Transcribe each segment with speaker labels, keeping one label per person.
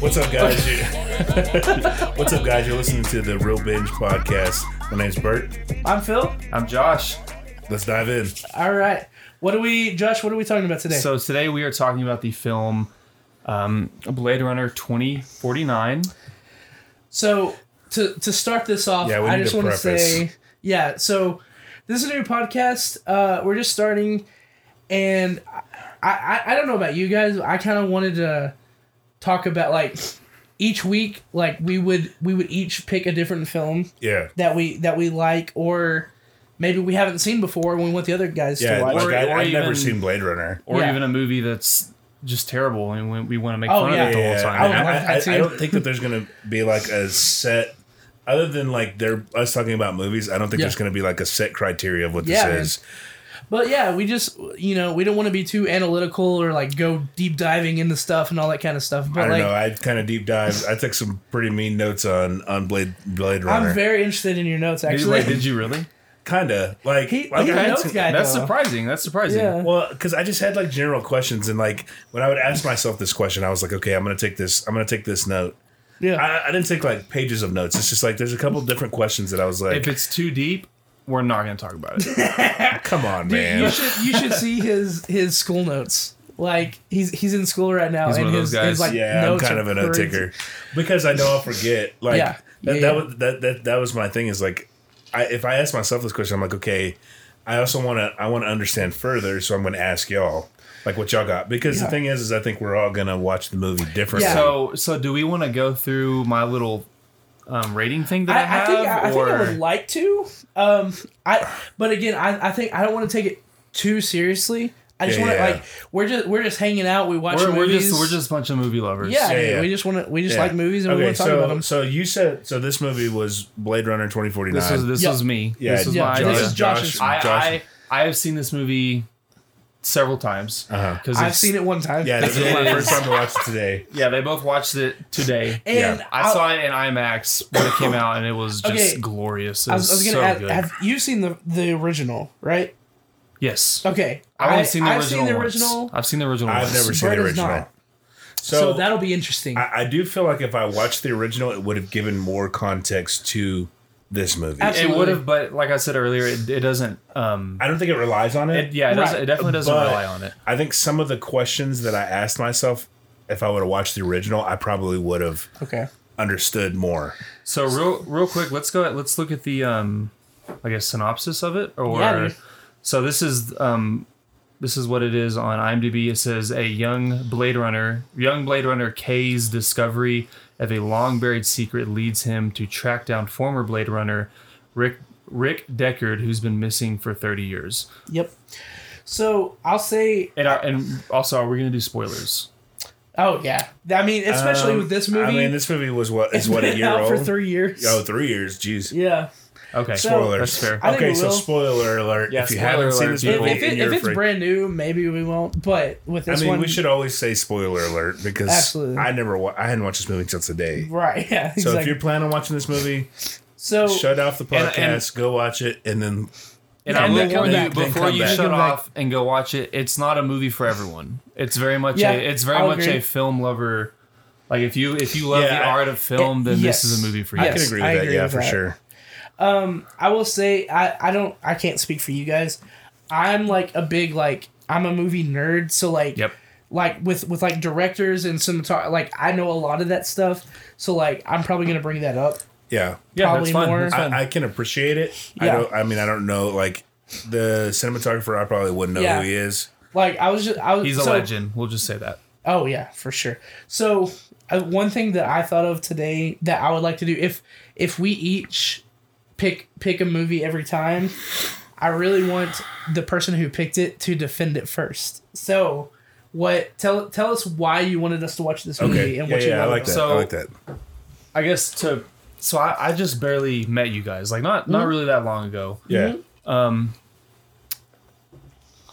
Speaker 1: What's up, guys? You- What's up, guys? You're listening to the Real Binge podcast. My name's Bert.
Speaker 2: I'm Phil.
Speaker 3: I'm Josh.
Speaker 1: Let's dive in.
Speaker 2: All right. What are we, Josh? What are we talking about today?
Speaker 3: So today we are talking about the film um, Blade Runner 2049.
Speaker 2: So to to start this off,
Speaker 1: Yeah, we
Speaker 2: I
Speaker 1: need
Speaker 2: just
Speaker 1: to
Speaker 2: want to
Speaker 1: preface.
Speaker 2: say, yeah. So this is a new podcast. Uh, we're just starting, and I, I I don't know about you guys. but I kind of wanted to talk about like each week, like we would we would each pick a different film
Speaker 1: Yeah.
Speaker 2: that we that we like or. Maybe we haven't seen before, and we want the other guys
Speaker 1: Yeah,
Speaker 2: to watch.
Speaker 1: like
Speaker 3: Or-
Speaker 1: I,
Speaker 3: or
Speaker 1: I've never
Speaker 3: even-
Speaker 1: seen Blade Runner.
Speaker 3: Or
Speaker 2: Yeah.
Speaker 3: even a movie that's just terrible and we, we want to make
Speaker 2: Oh,
Speaker 3: fun
Speaker 2: yeah.
Speaker 3: of it the whole
Speaker 1: Yeah,
Speaker 3: time.
Speaker 1: I,
Speaker 2: I would like
Speaker 1: I-
Speaker 2: that
Speaker 1: I- I
Speaker 2: too.
Speaker 1: don't think that there's gonna be like a set, other than like they're us talking about movies. I don't think
Speaker 2: Yeah.
Speaker 1: there's gonna be like a set criteria of what
Speaker 2: Yeah, man.
Speaker 1: this is.
Speaker 2: But yeah, we just you know we don't want to be too analytical or like go deep diving into stuff and all that kind of stuff.
Speaker 1: I
Speaker 2: But
Speaker 1: don't
Speaker 2: like,
Speaker 1: know. I kind of deep dive. I took some pretty mean notes on on Blade Blade Runner.
Speaker 2: I'm very interested in your notes,
Speaker 3: Did you-
Speaker 2: actually.
Speaker 3: wait, did you really?
Speaker 1: kinda like
Speaker 2: He-
Speaker 1: like
Speaker 2: he
Speaker 1: I had
Speaker 2: knows
Speaker 1: some-
Speaker 2: guy,
Speaker 3: That's
Speaker 2: though.
Speaker 3: surprising. That's surprising.
Speaker 2: Yeah.
Speaker 1: Well, because I just had like general questions, and like when I would ask myself this question, I was like, okay, I'm gonna take this. I'm gonna take this note.
Speaker 2: yeah.
Speaker 1: I, I didn't take like pages of notes. It's just like there's a couple different questions that I was like,
Speaker 3: If it's too deep, we're not going to talk about it.
Speaker 1: come on, man.
Speaker 2: you should you should see his his school notes. Like he's he's in school right now,
Speaker 3: He's
Speaker 2: and
Speaker 3: one of
Speaker 2: his,
Speaker 3: those guys.
Speaker 2: his like
Speaker 1: yeah, I'm
Speaker 2: notes
Speaker 1: kind
Speaker 2: are
Speaker 1: of a note
Speaker 2: crazy.
Speaker 1: taker because I know I'll forget. Like
Speaker 2: Yeah.
Speaker 1: that, that
Speaker 2: Yeah, yeah.
Speaker 1: was that, that that was my thing. Is like, I if I ask myself this question, I'm like, okay, I also want to I want to understand further, so I'm going to ask y'all like what y'all got because the
Speaker 2: Yeah.
Speaker 1: thing is, is I think we're all going to watch the movie differently.
Speaker 2: Yeah.
Speaker 3: So, so do we want to go through my little um, rating thing that I,
Speaker 2: I, I
Speaker 3: have?
Speaker 2: think I, I think
Speaker 3: or
Speaker 2: I would like to. Um, I but again, I, I think I don't want to take it too seriously. I just
Speaker 1: Yeah,
Speaker 2: want to
Speaker 1: yeah.
Speaker 2: like we're just we're just hanging out. We watch
Speaker 3: we're, we're
Speaker 2: movies.
Speaker 3: just we're just a bunch of movie lovers.
Speaker 2: yeah,
Speaker 1: Yeah,
Speaker 2: dude,
Speaker 1: yeah.
Speaker 2: We just want to we just
Speaker 1: Yeah.
Speaker 2: like movies and we want to talk
Speaker 1: so,
Speaker 2: about them.
Speaker 1: So you said so this movie was Blade Runner 2049.
Speaker 3: This was this
Speaker 2: Yeah.
Speaker 3: was me.
Speaker 1: yeah,
Speaker 3: this was
Speaker 2: yeah,
Speaker 3: my
Speaker 2: Josh-
Speaker 3: idea.
Speaker 2: This is Josh's-
Speaker 3: I,
Speaker 1: Josh-
Speaker 3: I I have seen this movie several times
Speaker 1: Uh-huh.
Speaker 3: because
Speaker 2: I've seen it one time.
Speaker 1: yeah, this is
Speaker 3: It
Speaker 1: my
Speaker 3: is.
Speaker 1: first time to watch it today.
Speaker 3: Yeah, they both watched it today.
Speaker 2: and
Speaker 1: Yeah.
Speaker 3: I saw it in IMAX when it came out, and it was just
Speaker 2: Okay.
Speaker 3: glorious. It
Speaker 2: I
Speaker 3: was,
Speaker 2: was, I was
Speaker 3: so
Speaker 2: gonna add,
Speaker 3: good.
Speaker 2: have you seen the the original, right?
Speaker 3: yes,
Speaker 2: Okay,
Speaker 3: I've only
Speaker 2: I-
Speaker 3: seen the
Speaker 2: I've
Speaker 3: original.
Speaker 2: seen the
Speaker 3: once.
Speaker 2: original.
Speaker 3: I've seen the original.
Speaker 1: I've
Speaker 3: once.
Speaker 1: never seen
Speaker 2: Brett
Speaker 1: the
Speaker 2: is
Speaker 1: original.
Speaker 2: not.
Speaker 1: So,
Speaker 2: So, that'll be interesting.
Speaker 1: I, I do feel like if I watched the original, it would have given more context to this movie.
Speaker 2: Absolutely.
Speaker 3: It would have, but like I said earlier, it, it doesn't. Um,
Speaker 1: I don't think it relies on it.
Speaker 3: it, yeah, it, doesn't, it
Speaker 2: Right.
Speaker 3: definitely doesn't
Speaker 1: But-
Speaker 3: rely on it.
Speaker 1: I think some of the questions that I asked myself, if I would have watched the original, I probably would have
Speaker 2: okay.
Speaker 1: understood more.
Speaker 3: So real, real quick, let's go. Let's look at the, um, I guess, synopsis of it. Or
Speaker 2: Yeah, dude.
Speaker 3: so this is, um, this is what it is on IMDb. It says a young Blade Runner, young Blade Runner K's discovery of a long buried secret leads him to track down former Blade Runner Rick Rick Deckard, who's been missing for thirty years.
Speaker 2: Yep. So I'll say.
Speaker 3: And our, and also, are we gonna do spoilers?
Speaker 2: Oh yeah. I mean, especially
Speaker 1: Um,
Speaker 2: with this movie.
Speaker 1: I mean, this movie was what is
Speaker 2: it's
Speaker 1: what a
Speaker 2: been
Speaker 1: year
Speaker 2: out
Speaker 1: old
Speaker 2: for three years.
Speaker 1: Oh, three years. Jeez.
Speaker 2: Yeah.
Speaker 3: Okay.
Speaker 2: So-
Speaker 1: Spoilers.
Speaker 3: That's fair.
Speaker 2: I think
Speaker 1: Okay,
Speaker 2: we
Speaker 1: so
Speaker 2: will.
Speaker 1: spoiler alert.
Speaker 3: Yeah,
Speaker 1: if you
Speaker 3: spoiler
Speaker 1: haven't seen
Speaker 3: alert,
Speaker 1: this
Speaker 2: If,
Speaker 1: movie,
Speaker 3: people.
Speaker 2: if, it,
Speaker 1: and you're
Speaker 2: if it's
Speaker 1: afraid-
Speaker 2: brand new, maybe we won't. But with
Speaker 1: I
Speaker 2: this
Speaker 1: mean,
Speaker 2: one,
Speaker 1: we should always say spoiler alert because
Speaker 2: Absolutely.
Speaker 1: I never, wa- I hadn't watched this movie until today.
Speaker 2: Right. Yeah.
Speaker 1: So
Speaker 2: exactly.
Speaker 1: if you're planning on watching this movie,
Speaker 2: so
Speaker 1: shut off the
Speaker 3: And-
Speaker 1: podcast,
Speaker 3: and-
Speaker 1: go watch it, and then
Speaker 3: And
Speaker 2: Yeah,
Speaker 3: I
Speaker 2: and
Speaker 3: will
Speaker 2: then come
Speaker 3: warn you
Speaker 2: back,
Speaker 1: then
Speaker 3: before
Speaker 1: come
Speaker 3: you
Speaker 1: back.
Speaker 3: shut
Speaker 2: Come back.
Speaker 3: off and go watch it. It's not a movie for everyone. It's very much
Speaker 2: Yeah,
Speaker 3: a it's very
Speaker 2: I'll
Speaker 3: much
Speaker 2: agree.
Speaker 3: a film lover. Like if you if you love
Speaker 1: Yeah,
Speaker 3: the
Speaker 1: I-
Speaker 3: art of film, then
Speaker 2: yes.
Speaker 3: this is a movie for you.
Speaker 2: I
Speaker 1: I can
Speaker 2: Yes,
Speaker 1: agree with that.
Speaker 2: agree
Speaker 1: yeah,
Speaker 2: with
Speaker 1: for
Speaker 2: that.
Speaker 1: sure.
Speaker 2: I will say I I don't I can't speak for you guys. I'm like a big like I'm a movie nerd, so like
Speaker 3: Yep.
Speaker 2: like with with like directors and cinematography, like I know a lot of that stuff. So like I'm probably gonna bring that up.
Speaker 1: Yeah,
Speaker 3: Yeah,
Speaker 2: Probably
Speaker 3: that's fun.
Speaker 2: more-
Speaker 3: That's fun.
Speaker 1: I, I can appreciate it. I
Speaker 2: Yeah.
Speaker 1: don't. I mean, I don't know. Like the cinematographer, I probably wouldn't know
Speaker 2: Yeah.
Speaker 1: who he is.
Speaker 2: Like I was just I was
Speaker 3: He's a
Speaker 2: so-
Speaker 3: legend. We'll just say that.
Speaker 2: Oh yeah, for sure. So uh, one thing that I thought of today that I would like to do if if we each pick pick a movie every time, I really want the person who picked it to defend it first. So what tell tell us why you wanted us to watch this movie
Speaker 1: Okay,
Speaker 2: and
Speaker 1: yeah,
Speaker 2: what you
Speaker 1: yeah, I
Speaker 2: love
Speaker 1: like that.
Speaker 2: about
Speaker 3: So-
Speaker 1: I like that.
Speaker 3: I guess to so I, I just barely met you guys. Like not
Speaker 2: Hmm?
Speaker 3: not really that long ago.
Speaker 1: Yeah,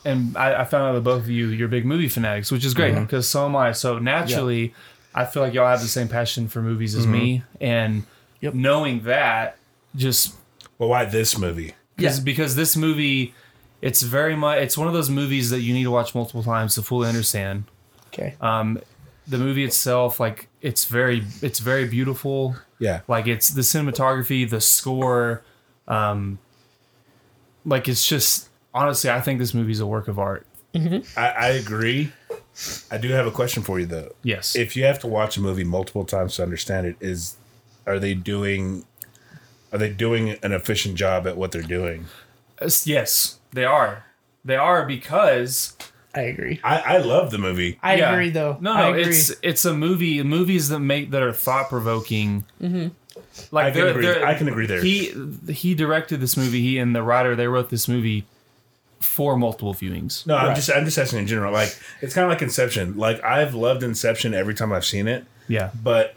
Speaker 3: and I, I found out that both of you you're big movie fanatics, which is great
Speaker 2: Mm-hmm.
Speaker 3: because so am I. So naturally, I feel like y'all have the same passion for movies as me, and
Speaker 2: Yep.
Speaker 3: knowing that just
Speaker 1: well, why this movie?
Speaker 2: it.
Speaker 3: because because this movie It's very much. It's one of those movies that you need to watch multiple times to fully understand.
Speaker 2: Okay.
Speaker 3: Um, the movie itself, like it's very, it's very beautiful.
Speaker 1: Yeah.
Speaker 3: Like it's the cinematography, the score, um, like it's just honestly, I think this movie's a work of art.
Speaker 1: I, I agree. I do have a question for you though.
Speaker 3: Yes.
Speaker 1: If you have to watch a movie multiple times to understand it, is are they doing are they doing an efficient job at what they're doing?
Speaker 3: Yes, Uh, yes, they are. They are because
Speaker 2: I agree.
Speaker 1: I, I love the movie.
Speaker 2: I
Speaker 3: Yeah.
Speaker 2: agree though.
Speaker 3: No,
Speaker 2: I
Speaker 3: no,
Speaker 2: agree.
Speaker 3: it's it's a movie. Movies that make that are thought provoking. Mm-hmm. Like
Speaker 1: I can
Speaker 3: they're-
Speaker 1: agree.
Speaker 3: they're-
Speaker 1: I can agree there.
Speaker 3: He he directed this movie. He and the writer they wrote this movie for multiple viewings.
Speaker 1: No, I'm
Speaker 2: Right.
Speaker 1: just I'm just asking in general. Like it's kind of like Inception. Like I've loved Inception every time I've seen it,
Speaker 3: Yeah,
Speaker 1: but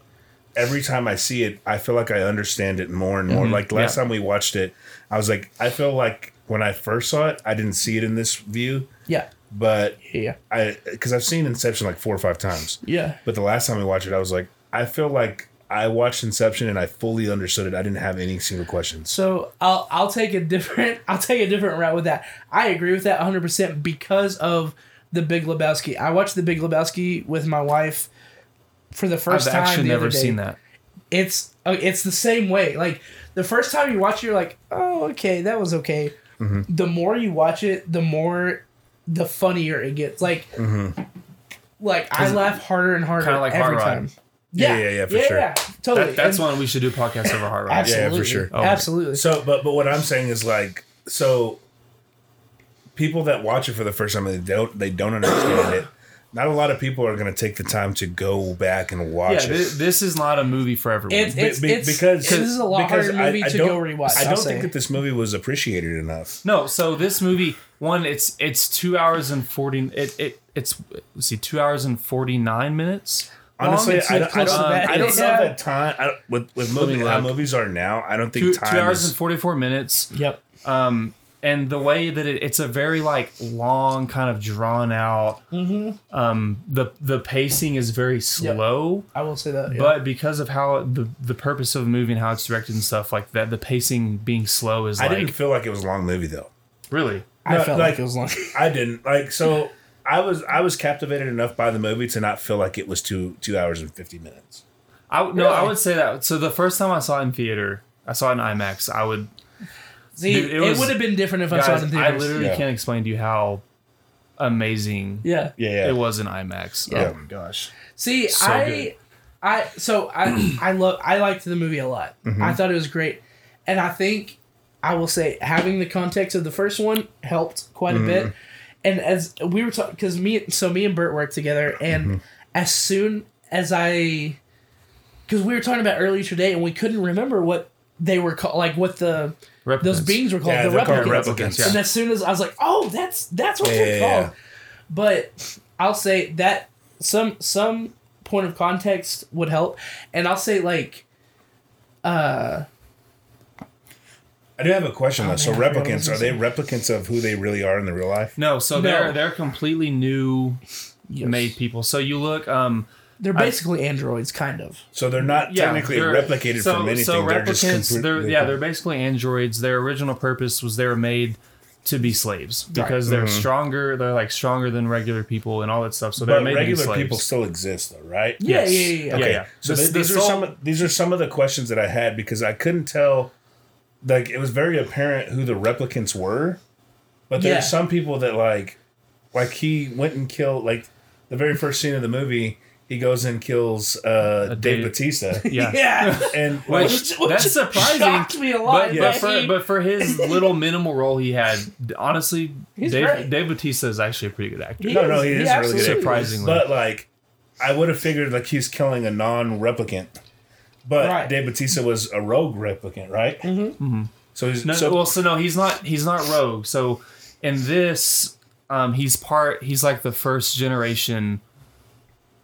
Speaker 1: every time I see it, I feel like I understand it more and more. Like last
Speaker 3: Mm-hmm. yeah.
Speaker 1: time we watched it, I was like, I feel like when I first saw it, I didn't see it in this view,
Speaker 2: yeah,
Speaker 1: but
Speaker 2: yeah,
Speaker 1: I because I've seen Inception like four or five times,
Speaker 2: yeah.
Speaker 1: but the last time we watched it, I was like, I feel like I watched Inception and I fully understood it. I didn't have any single questions.
Speaker 2: So I'll I'll take a different I'll take a different route with that. I agree with that 100 percent because of the Big Lebowski. I watched the Big Lebowski with my wife for the 1st
Speaker 3: I've
Speaker 2: time.
Speaker 3: actually
Speaker 2: the
Speaker 3: never
Speaker 2: other day.
Speaker 3: seen that.
Speaker 2: It's oh, it's the same way. Like the first time you watch it, you're like, oh okay, that was okay.
Speaker 3: Mm-hmm.
Speaker 2: The more you watch it, the more the funnier it gets. Like like I laugh harder and harder
Speaker 3: Mm-hmm. Kinda like Hot
Speaker 2: every
Speaker 3: Rod.
Speaker 2: time.
Speaker 1: Yeah, yeah, yeah, for sure.
Speaker 2: totally.
Speaker 3: That, that's
Speaker 2: And-
Speaker 3: one we should do podcast over Heart Rock.
Speaker 2: Absolutely.
Speaker 1: sure.
Speaker 3: Oh.
Speaker 2: Absolutely.
Speaker 1: So, but but what I'm saying is like so. People that watch it for the first time, they don't they don't understand it. Not a lot of people are going to take the time to go back and
Speaker 3: Yeah,
Speaker 1: watch it.
Speaker 3: this, this is not a movie for everyone.
Speaker 2: It's, it's,
Speaker 1: Be- be-
Speaker 2: it's, because this is a lot
Speaker 1: because
Speaker 2: harder movie to
Speaker 1: don't-
Speaker 2: go rewatch.
Speaker 1: I don't think that this movie was appreciated enough.
Speaker 3: no, so this movie one, it's it's two hours and forty. It it it's let's see two hours and forty nine minutes. long.
Speaker 1: Honestly,
Speaker 2: it's
Speaker 1: I,
Speaker 2: like
Speaker 1: don't- I
Speaker 2: close
Speaker 1: don't,
Speaker 2: to that.
Speaker 1: I don't
Speaker 2: Yeah.
Speaker 1: know that time. I don't, with with movie,
Speaker 3: me
Speaker 1: how
Speaker 3: look.
Speaker 1: movies are now, I don't think
Speaker 3: two,
Speaker 1: time
Speaker 3: two hours
Speaker 1: is.
Speaker 3: and forty four minutes.
Speaker 2: Yep.
Speaker 3: um, and the way that it, it's a very like long kind of drawn out
Speaker 2: Mm-hmm.
Speaker 3: um, the the pacing is very slow
Speaker 2: I will say that. yeah.
Speaker 3: but because of how the, the purpose of the movie and how it's directed and stuff like that the pacing being slow is
Speaker 1: I
Speaker 3: like
Speaker 1: didn't feel like it was a long movie though.
Speaker 3: really
Speaker 2: I
Speaker 1: no,
Speaker 2: felt
Speaker 1: like-
Speaker 2: like, it was long.
Speaker 1: I didn't like so. I was I was captivated enough by the movie to not feel like it was two two hours and fifty minutes.
Speaker 3: I no I
Speaker 2: Really?
Speaker 3: would say that so the first time I saw it in theater I saw it in IMAX I would
Speaker 2: See,
Speaker 3: Dude, it
Speaker 2: it,
Speaker 3: was-
Speaker 2: would have been different if I saw it
Speaker 3: guys,
Speaker 2: in
Speaker 3: I
Speaker 2: theaters.
Speaker 3: literally
Speaker 1: Yeah.
Speaker 3: can't explain to you how amazing
Speaker 2: yeah.
Speaker 1: Yeah, yeah.
Speaker 3: it was in IMAX
Speaker 1: Yeah.
Speaker 3: oh my gosh
Speaker 2: See,
Speaker 3: So
Speaker 2: I,
Speaker 3: good.
Speaker 2: I, so I, I love, I liked the movie a lot. I thought it was great, and I think I will say having the context of the first one helped quite a bit. And as we were talking, because me, so me and Bert worked together, and as soon as I, because we were talking about earlier today, and we couldn't remember what they were called, like what the those
Speaker 3: Replicants.
Speaker 2: beings were called,
Speaker 1: Yeah,
Speaker 2: the
Speaker 1: they're called
Speaker 2: replicants.
Speaker 1: replicants,
Speaker 2: And
Speaker 1: yeah.
Speaker 2: as soon as I was like, oh, that's that's what
Speaker 1: Yeah,
Speaker 2: they're
Speaker 1: yeah,
Speaker 2: called. But I'll say that some some point of context would help, and I'll say like
Speaker 1: I do have a question though. so
Speaker 2: man, I forgot what I
Speaker 1: replicants
Speaker 2: was
Speaker 1: are they replicants of who they really are in the real life?
Speaker 3: no so
Speaker 2: No.
Speaker 3: they're they're completely new
Speaker 2: yes.
Speaker 3: made people so you look um
Speaker 2: they're basically androids, kind of.
Speaker 1: So they're not
Speaker 3: yeah,
Speaker 1: technically
Speaker 3: they're-
Speaker 1: replicated
Speaker 3: so-
Speaker 1: from anything.
Speaker 3: So replicants,
Speaker 1: they're just complete-
Speaker 3: they're- yeah, they're basically androids. Their original purpose was they were made to be slaves because they're
Speaker 1: Mm-hmm.
Speaker 3: stronger. They're like stronger than regular people and all that stuff. So they're
Speaker 1: but
Speaker 3: made to be
Speaker 1: regular
Speaker 3: slaves.
Speaker 1: people still exist though, right?
Speaker 2: Yeah,
Speaker 3: Yes.
Speaker 2: yeah, yeah, yeah.
Speaker 1: Okay.
Speaker 3: yeah, yeah.
Speaker 1: So
Speaker 3: The-
Speaker 1: th-
Speaker 3: the
Speaker 1: these are
Speaker 3: soul-
Speaker 1: some of, these are some of the questions that I had because I couldn't tell like it was very apparent who the replicants were. But there
Speaker 2: Yeah.
Speaker 1: are some people that like like he went and killed like the very first scene of the movie, he goes and kills uh, Dave,
Speaker 3: Dave-
Speaker 1: Batista.
Speaker 3: yeah.
Speaker 2: Yeah,
Speaker 1: And like,
Speaker 3: Which,
Speaker 2: Which
Speaker 3: that's surprising.
Speaker 2: shocked me a lot,
Speaker 3: but,
Speaker 2: yeah.
Speaker 3: but,
Speaker 2: Becky.
Speaker 3: for, but for his little minimal role he had, d- honestly,
Speaker 2: He's
Speaker 3: Dave,
Speaker 2: great.
Speaker 3: Dave Batista is actually a pretty good actor.
Speaker 1: No, no, he is really
Speaker 2: absolutely
Speaker 1: good.
Speaker 3: Surprisingly.
Speaker 1: But like, I would have figured like he's killing a non-replicant, but
Speaker 2: Right.
Speaker 1: Dave Batista was a rogue replicant, right? Mm-hmm. So he's
Speaker 3: No,
Speaker 1: so
Speaker 3: well, so no, he's not. He's not rogue. So in this, um, he's part. He's like the first generation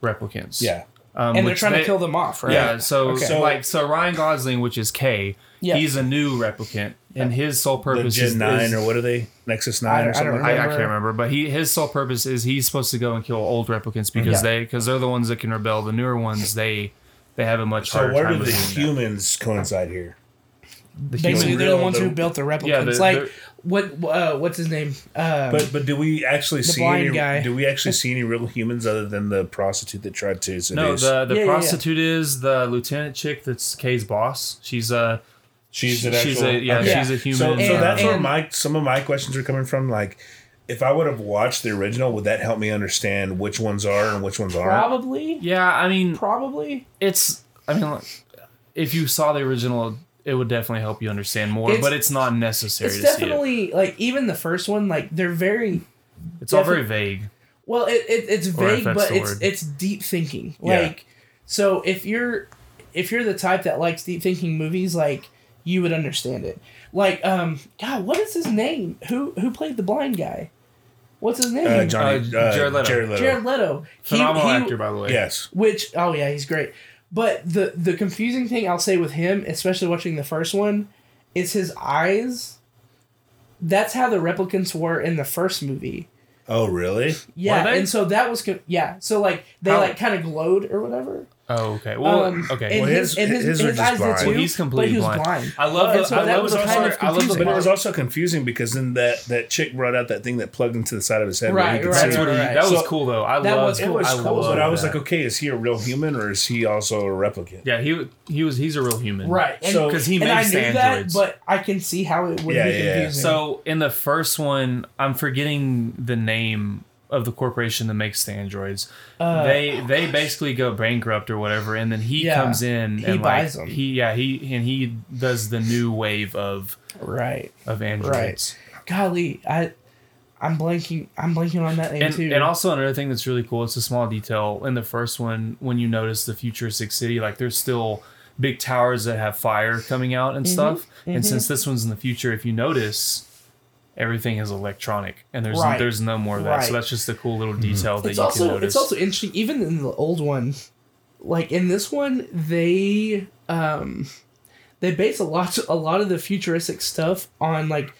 Speaker 3: replicants.
Speaker 1: yeah.
Speaker 3: um,
Speaker 2: and they're
Speaker 3: which
Speaker 2: trying
Speaker 3: they-
Speaker 2: to kill them off, right?
Speaker 3: Yeah, so,
Speaker 2: Okay.
Speaker 3: so like so Ryan Gosling, which is K,
Speaker 2: Yeah.
Speaker 3: he's a new replicant, and his sole
Speaker 1: The
Speaker 3: purpose is,
Speaker 1: Gen Nine
Speaker 3: is-
Speaker 1: or what are they? Nexus
Speaker 2: I
Speaker 1: Nine
Speaker 2: don't-
Speaker 1: or
Speaker 2: I
Speaker 1: something.
Speaker 2: don't
Speaker 1: like
Speaker 3: I,
Speaker 1: that?
Speaker 3: I can't remember, but he his sole purpose is he's supposed to go and kill old replicants because
Speaker 2: Yeah.
Speaker 3: they because they're the ones that can rebel. The newer ones they they have a much
Speaker 1: So
Speaker 3: harder
Speaker 1: where do
Speaker 3: time.
Speaker 1: the
Speaker 3: resisting that.
Speaker 1: humans coincide here?
Speaker 3: The
Speaker 2: Basically,
Speaker 3: human-
Speaker 2: they're the
Speaker 1: real-
Speaker 2: ones who
Speaker 1: they're-
Speaker 2: built the replicants.
Speaker 3: Yeah, they're-
Speaker 2: like,
Speaker 3: they're-
Speaker 2: what uh, what's his name? Um,
Speaker 1: But but do we actually see
Speaker 2: blind
Speaker 1: any?
Speaker 2: guy.
Speaker 1: Do we actually see any real humans other than the prostitute that tried to
Speaker 3: No,
Speaker 1: seduce?
Speaker 3: the the
Speaker 2: Yeah, yeah, yeah.
Speaker 3: prostitute is the lieutenant chick that's Kay's boss. She's uh
Speaker 1: she's an
Speaker 3: she's
Speaker 1: actual.
Speaker 3: a yeah,
Speaker 1: okay.
Speaker 3: she's a human.
Speaker 1: So, so
Speaker 2: And-
Speaker 1: that's where
Speaker 2: and-
Speaker 1: my some of my questions are coming from. Like, if I would have watched the original, would that help me understand which ones are and which ones aren't?
Speaker 2: probably,
Speaker 3: yeah, I mean
Speaker 2: probably.
Speaker 3: it's I mean look, if you saw the original it would definitely help you understand more,
Speaker 2: It's-
Speaker 3: but it's not necessary
Speaker 2: It's
Speaker 3: to see it.
Speaker 2: definitely like even the first one. Like they're very
Speaker 3: It's all very vague.
Speaker 2: Well, it, it it's
Speaker 3: Or if
Speaker 2: vague,
Speaker 3: that's
Speaker 2: but
Speaker 3: the
Speaker 2: it's
Speaker 3: word.
Speaker 2: it's deep thinking.
Speaker 1: Yeah.
Speaker 2: Like, so if you're if you're the type that likes deep thinking movies, like you would understand it. Like, um, God, what is his name? Who who played the blind guy? What's his name?
Speaker 1: Uh, Johnny,
Speaker 3: Uh,
Speaker 1: uh,
Speaker 3: Jared Leto.
Speaker 1: Jared Leto.
Speaker 2: Jared Leto. He-
Speaker 3: Phenomenal
Speaker 2: he-
Speaker 3: actor, by the way.
Speaker 1: Yes.
Speaker 2: Which oh yeah, he's great. But the the confusing thing I'll say with him, especially watching the first one, is his eyes. That's how the replicants were in the first movie.
Speaker 1: Oh, really?
Speaker 2: Yeah,
Speaker 3: Were they?
Speaker 2: and so that was co- yeah. So like they
Speaker 3: How-
Speaker 2: like kind of glowed or whatever.
Speaker 3: Oh, okay. Well,
Speaker 2: Um,
Speaker 3: okay.
Speaker 2: And
Speaker 1: Well,
Speaker 2: his,
Speaker 1: his-
Speaker 2: and his,
Speaker 1: his
Speaker 2: his,
Speaker 1: were just
Speaker 2: eyes did
Speaker 1: blind.
Speaker 2: too.
Speaker 1: Well,
Speaker 3: he's
Speaker 2: but he
Speaker 3: completely
Speaker 2: was
Speaker 3: blind.
Speaker 2: blind. Oh,
Speaker 3: I love
Speaker 2: And
Speaker 3: the-
Speaker 2: so
Speaker 3: I
Speaker 2: that
Speaker 3: love
Speaker 2: was
Speaker 3: the
Speaker 2: kind
Speaker 3: part-
Speaker 2: of
Speaker 3: I love the
Speaker 2: confusing.
Speaker 1: But it was also confusing because then that that chick brought out that thing that plugged into the side of his head. where he
Speaker 2: Right,
Speaker 1: could
Speaker 2: right,
Speaker 3: That's
Speaker 1: see.
Speaker 3: what he,
Speaker 2: right.
Speaker 3: that was
Speaker 1: So-
Speaker 3: cool though. I
Speaker 2: That
Speaker 3: love.
Speaker 2: was
Speaker 1: It
Speaker 2: cool.
Speaker 1: was
Speaker 3: I
Speaker 1: cool,
Speaker 3: love
Speaker 1: but I was
Speaker 3: that.
Speaker 1: like, okay, is he a real human or is he also a replicant?
Speaker 3: yeah, he he was he's a real human,
Speaker 2: right. And,
Speaker 1: So-
Speaker 3: Because he
Speaker 2: and I
Speaker 3: makes
Speaker 2: knew
Speaker 3: the androids.
Speaker 2: that, but I can see how it would
Speaker 1: Yeah,
Speaker 2: be
Speaker 1: yeah, yeah.
Speaker 2: confusing.
Speaker 3: so in the first one, I'm forgetting the name of the corporation that makes the androids.
Speaker 2: Uh,
Speaker 3: they they basically go bankrupt or whatever, and then he
Speaker 2: Yeah.
Speaker 3: comes in
Speaker 2: He
Speaker 3: and
Speaker 2: buys
Speaker 3: like,
Speaker 2: them.
Speaker 3: He yeah he and he does the new wave of
Speaker 2: right,
Speaker 3: of androids.
Speaker 2: golly, I, I'm blanking. I'm blanking on that name
Speaker 3: And,
Speaker 2: too.
Speaker 3: and also another thing that's really cool it's a small detail in the first one when you notice the futuristic city like there's still big towers that have fire coming out
Speaker 2: Mm-hmm,
Speaker 3: and stuff and since this one's in the future if you notice everything is electronic and there's
Speaker 2: Right.
Speaker 3: there's no more of that so
Speaker 2: Right.
Speaker 3: that's just a cool little detail that
Speaker 2: it's
Speaker 3: you
Speaker 2: also
Speaker 3: can notice
Speaker 2: it's also interesting. Even in the old one, like in this one, they um, they base a lot a lot of the futuristic stuff on like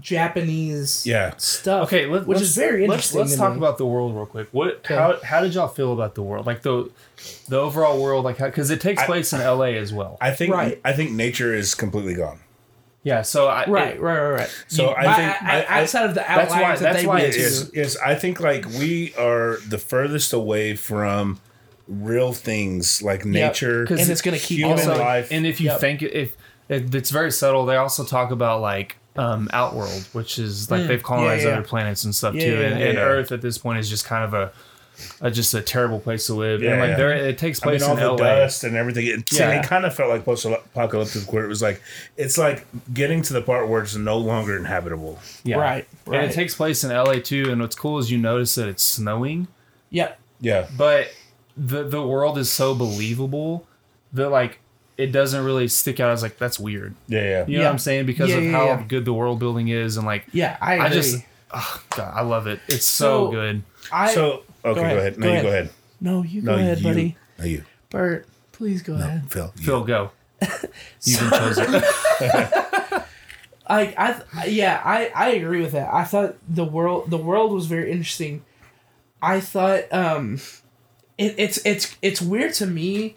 Speaker 2: Japanese
Speaker 1: Yeah.
Speaker 2: stuff.
Speaker 3: okay let,
Speaker 2: which
Speaker 3: let's,
Speaker 2: is very
Speaker 3: let's,
Speaker 2: interesting.
Speaker 3: let's
Speaker 2: to
Speaker 3: talk
Speaker 2: me.
Speaker 3: about the world real quick what how, how did y'all feel about the world like the the overall world like how because it takes place in la as well
Speaker 1: I think
Speaker 2: Right.
Speaker 1: I think nature is completely gone.
Speaker 3: yeah so i
Speaker 2: right, right, right, right.
Speaker 1: So I
Speaker 2: But
Speaker 1: think
Speaker 2: I- I-
Speaker 1: I- I-
Speaker 2: outside of the
Speaker 3: That's
Speaker 2: outlines
Speaker 3: why-
Speaker 2: that
Speaker 3: that's
Speaker 2: they
Speaker 3: why
Speaker 2: went
Speaker 3: it's-
Speaker 2: to,
Speaker 1: Yes, yes. I think like we are the furthest away from real things like nature.
Speaker 3: 'cause
Speaker 2: and it's gonna keep
Speaker 1: human
Speaker 2: going.
Speaker 3: also,
Speaker 1: life.
Speaker 3: And if you
Speaker 2: Yep.
Speaker 3: think if it, it's very subtle, they also talk about like um, Outworld, which is like they've colonized
Speaker 2: Hmm. yeah, yeah.
Speaker 3: other planets and stuff
Speaker 2: Yeah,
Speaker 3: too,
Speaker 2: yeah,
Speaker 3: and,
Speaker 1: yeah.
Speaker 3: and
Speaker 1: Yeah.
Speaker 3: Earth at this point is just kind of a, a just a terrible place to live.
Speaker 1: Yeah,
Speaker 3: and like
Speaker 1: yeah.
Speaker 3: there, it takes
Speaker 1: I mean,
Speaker 3: place
Speaker 1: all
Speaker 3: in
Speaker 1: the
Speaker 3: LA.
Speaker 1: dust and everything. It,
Speaker 3: Yeah.
Speaker 1: it kind of felt like post-apocalyptic, where it was like it's like getting to the part where it's no longer inhabitable.
Speaker 3: Yeah.
Speaker 2: Right,
Speaker 3: And
Speaker 2: right.
Speaker 3: it takes place in LA too. And what's cool is you notice that it's snowing,
Speaker 2: Yep.
Speaker 1: Yeah,
Speaker 3: but the the world is so believable that like it doesn't really stick out as like that's weird.
Speaker 1: yeah, yeah.
Speaker 3: You know what
Speaker 2: Yeah.
Speaker 3: I'm saying? Because
Speaker 2: Yeah,
Speaker 3: of
Speaker 2: yeah,
Speaker 3: how
Speaker 2: yeah.
Speaker 3: good the world building is and like
Speaker 2: Yeah, I agree.
Speaker 3: I just, oh, God, I love it. It's so,
Speaker 2: So-
Speaker 3: good.
Speaker 2: I
Speaker 1: So okay, go
Speaker 2: ahead,
Speaker 1: ahead. No,
Speaker 2: go
Speaker 1: you go
Speaker 2: ahead.
Speaker 1: ahead.
Speaker 2: no, you go
Speaker 1: No,
Speaker 2: ahead,
Speaker 1: you.
Speaker 2: buddy.
Speaker 1: No, you.
Speaker 2: Bert, please go ahead.
Speaker 1: Phil. you.
Speaker 3: Phil, go. You've been
Speaker 2: So-
Speaker 3: chosen.
Speaker 2: I, I th- yeah, I, I agree with that. I thought the world the world was very interesting. I thought um it, it's it's it's weird to me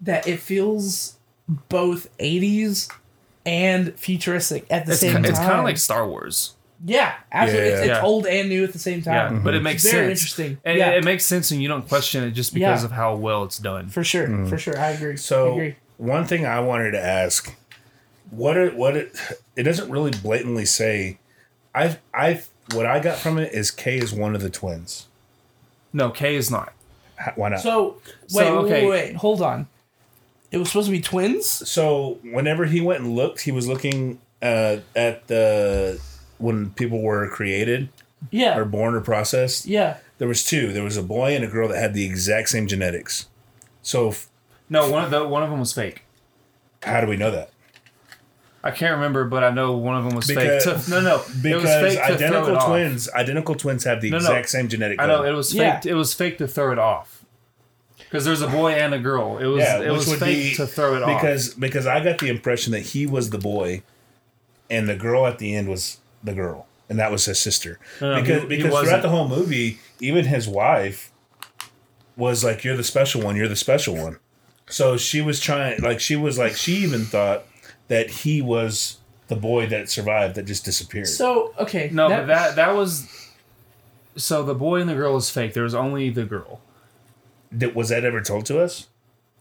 Speaker 2: that it feels both 80s and futuristic at the
Speaker 3: It's,
Speaker 2: same
Speaker 3: ki-
Speaker 2: time.
Speaker 3: it's kind of like Star Wars.
Speaker 2: yeah, absolutely. It's,
Speaker 3: Yeah.
Speaker 2: it's old and new at the same
Speaker 3: Yeah,
Speaker 2: time.
Speaker 3: but it makes
Speaker 2: Very
Speaker 3: sense.
Speaker 2: interesting.
Speaker 3: And
Speaker 2: yeah,
Speaker 3: it, it makes sense, and you don't question it just because
Speaker 2: Yeah.
Speaker 3: of how well it's done.
Speaker 2: for sure, for sure. I agree. I
Speaker 1: So
Speaker 2: agree.
Speaker 1: one thing I wanted to ask, what it what it it doesn't really blatantly say. I I what I got from it is K is one of the twins.
Speaker 3: No, K is not.
Speaker 1: Ha- Why not? So,
Speaker 2: So wait,
Speaker 3: So, okay.
Speaker 2: wait, wait, hold on. It was supposed to be twins?
Speaker 1: whenever he went and looked, he was looking uh, at the when people were created
Speaker 2: Yeah.
Speaker 1: or born or processed.
Speaker 2: yeah.
Speaker 1: There was two. There was a boy and a girl that had the exact same genetics. So f-
Speaker 3: No, one of the one of them was fake.
Speaker 1: how do we know that?
Speaker 3: I can't remember, but I know one of them was fake.
Speaker 1: Because-
Speaker 3: To, no, no, it was
Speaker 1: Because
Speaker 3: fake to throw
Speaker 1: identical
Speaker 3: it off.
Speaker 1: twins, identical twins have the
Speaker 3: No, no.
Speaker 1: exact same genetic.
Speaker 3: I know
Speaker 1: code.
Speaker 3: it was fake.
Speaker 2: Yeah.
Speaker 3: It was fake to throw it off. Because there's a boy and a girl. It was
Speaker 1: Yeah,
Speaker 3: it
Speaker 1: which
Speaker 3: was
Speaker 1: would
Speaker 3: fake
Speaker 1: be-
Speaker 3: to throw it off.
Speaker 1: because because I got the impression that he was the boy, and the girl at the end was the girl, and that was his sister.
Speaker 3: No, no,
Speaker 1: because
Speaker 3: Um, he- he
Speaker 1: because
Speaker 3: wasn't.
Speaker 1: throughout the whole movie, even his wife was like, "You're the special one. You're the special one." So she was trying, like she was like, she even thought that he was the boy that survived that just disappeared.
Speaker 2: So okay.
Speaker 3: No, but that that was. So the boy and the girl is fake. There was only the girl.
Speaker 1: Did- was that ever told to us?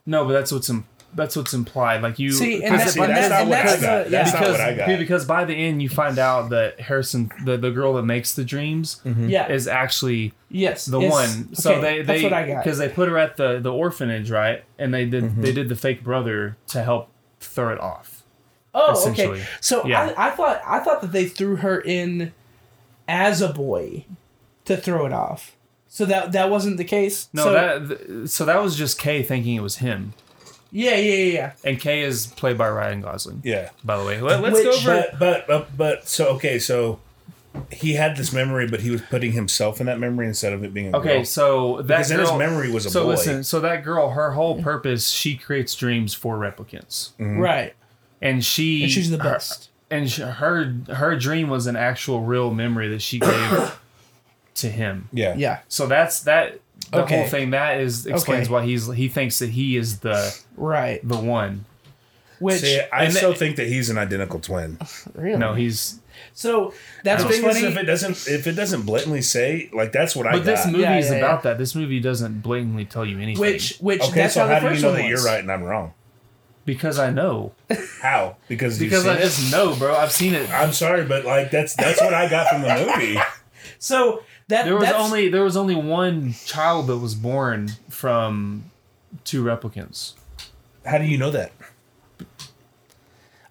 Speaker 3: No, but that's what's Im- that's what's implied. Like you
Speaker 2: See, and that's-
Speaker 3: because
Speaker 1: See,
Speaker 3: by-
Speaker 2: and
Speaker 1: that's
Speaker 2: that-
Speaker 1: not
Speaker 2: and
Speaker 1: what I
Speaker 2: that's
Speaker 1: got.
Speaker 2: the-
Speaker 1: That's
Speaker 2: yeah.
Speaker 1: not
Speaker 3: because
Speaker 1: what I got.
Speaker 3: because by the end you find out that Harrison, the, the girl that makes the dreams,
Speaker 2: yeah.
Speaker 3: is actually
Speaker 2: yes.
Speaker 3: the
Speaker 2: it's-
Speaker 3: one. So
Speaker 2: Mm-hmm. okay,
Speaker 3: they they
Speaker 2: that's what I got. Mm-hmm.
Speaker 3: because they put her at the the orphanage, right? And they did they did the fake brother to help throw it off.
Speaker 2: Oh,
Speaker 3: essentially.
Speaker 2: okay. So
Speaker 3: Yeah.
Speaker 2: I, I thought I thought that they threw her in as a boy to throw it off. So that that wasn't the case.
Speaker 3: No,
Speaker 2: so,
Speaker 3: that th- so that was just Kay thinking it was him,
Speaker 2: Yeah, yeah, yeah, yeah.
Speaker 3: and Kay is played by Ryan Gosling.
Speaker 1: yeah.
Speaker 3: By the way, Let, us go
Speaker 2: Which-
Speaker 3: over.
Speaker 1: But, but but but so okay, so he had this memory, but he was putting himself in that memory instead of it being a
Speaker 3: Okay,
Speaker 1: girl.
Speaker 3: so that
Speaker 1: Because in
Speaker 3: girl,
Speaker 1: his memory was a
Speaker 3: so
Speaker 1: boy.
Speaker 3: listen, so that girl, her whole purpose, she creates dreams for replicants,
Speaker 1: Mm.
Speaker 2: Right.
Speaker 3: and she
Speaker 2: And she's the
Speaker 3: her-
Speaker 2: best.
Speaker 3: and sh her her dream was an actual real memory that she gave to him.
Speaker 1: yeah,
Speaker 2: yeah.
Speaker 3: So that's that. The
Speaker 2: Okay.
Speaker 3: whole thing that is explains
Speaker 2: Okay.
Speaker 3: why he's he thinks that he is the
Speaker 2: Right.
Speaker 3: the one.
Speaker 2: Which
Speaker 1: See, I
Speaker 3: and-
Speaker 1: still think that he's an identical twin.
Speaker 2: really
Speaker 3: No, he's
Speaker 2: so that's
Speaker 1: The
Speaker 2: what's
Speaker 1: thing is,
Speaker 2: funny.
Speaker 1: if it doesn't, if it doesn't blatantly say, like that's what I
Speaker 3: but
Speaker 1: got.
Speaker 3: this movie
Speaker 2: Yeah,
Speaker 3: is
Speaker 2: yeah,
Speaker 3: about that. This movie doesn't blatantly tell you anything.
Speaker 2: which which
Speaker 1: okay,
Speaker 2: that's
Speaker 1: so
Speaker 2: how
Speaker 1: how
Speaker 2: the
Speaker 1: do
Speaker 2: first
Speaker 1: you know
Speaker 2: one
Speaker 1: that
Speaker 2: was.
Speaker 1: you're right and I'm wrong?
Speaker 3: because I know
Speaker 1: How? Because you've
Speaker 3: because
Speaker 1: seen
Speaker 3: I
Speaker 1: it?
Speaker 3: just know, bro. I've seen it.
Speaker 1: I'm sorry, but like that's that's what I got from the movie.
Speaker 2: So that
Speaker 3: There was
Speaker 2: that's,
Speaker 3: only there was only one child that was born from two replicants.
Speaker 1: How do you know that?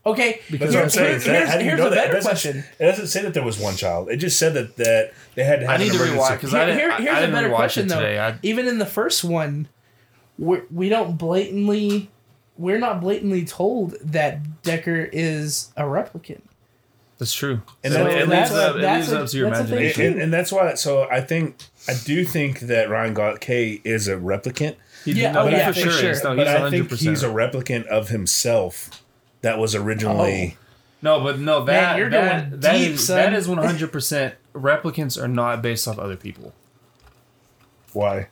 Speaker 2: okay.
Speaker 1: That's what I'm
Speaker 2: here's-
Speaker 1: saying.
Speaker 2: Here's,
Speaker 1: That- how do you
Speaker 2: here's
Speaker 1: know
Speaker 2: a
Speaker 1: that? It
Speaker 2: better
Speaker 1: doesn't-
Speaker 2: question.
Speaker 1: It doesn't say that there was one child. It just said that that they had to
Speaker 3: I
Speaker 1: have an
Speaker 3: need to
Speaker 1: emergency.
Speaker 3: rewatch because I
Speaker 2: Here-
Speaker 3: didn't.
Speaker 2: here-
Speaker 3: I-
Speaker 2: here's
Speaker 3: I
Speaker 2: a
Speaker 3: didn't
Speaker 2: better
Speaker 3: rewatch
Speaker 2: question
Speaker 3: it
Speaker 2: though.
Speaker 3: today. I,
Speaker 2: Even in the first one, we're, we don't blatantly we're not blatantly told that Decker is a replicant.
Speaker 3: that's true.
Speaker 1: And
Speaker 3: So
Speaker 1: then-
Speaker 3: it
Speaker 1: that's
Speaker 3: leaves,
Speaker 1: a-
Speaker 3: up, it
Speaker 2: that's
Speaker 3: leaves
Speaker 2: a-
Speaker 3: up to your
Speaker 2: that's a thing.
Speaker 1: And-
Speaker 3: imagination.
Speaker 1: and, and that's why. So I think I do think that Ryan Gott K is a replicant,
Speaker 3: He-
Speaker 2: Yeah,
Speaker 3: no,
Speaker 2: oh,
Speaker 3: he
Speaker 2: yeah,
Speaker 3: for
Speaker 2: for
Speaker 3: sure,
Speaker 2: sure.
Speaker 3: is. No,
Speaker 1: but
Speaker 3: he's
Speaker 1: I
Speaker 3: hundred
Speaker 1: think he's a
Speaker 3: percent.
Speaker 1: replicant of himself that was originally.
Speaker 2: Oh.
Speaker 3: No, but no, that
Speaker 2: you're
Speaker 3: that,
Speaker 2: going
Speaker 3: that
Speaker 2: deep,
Speaker 3: is
Speaker 2: son.
Speaker 3: that is one hundred percent. Replicants are not based off other people.
Speaker 1: Why?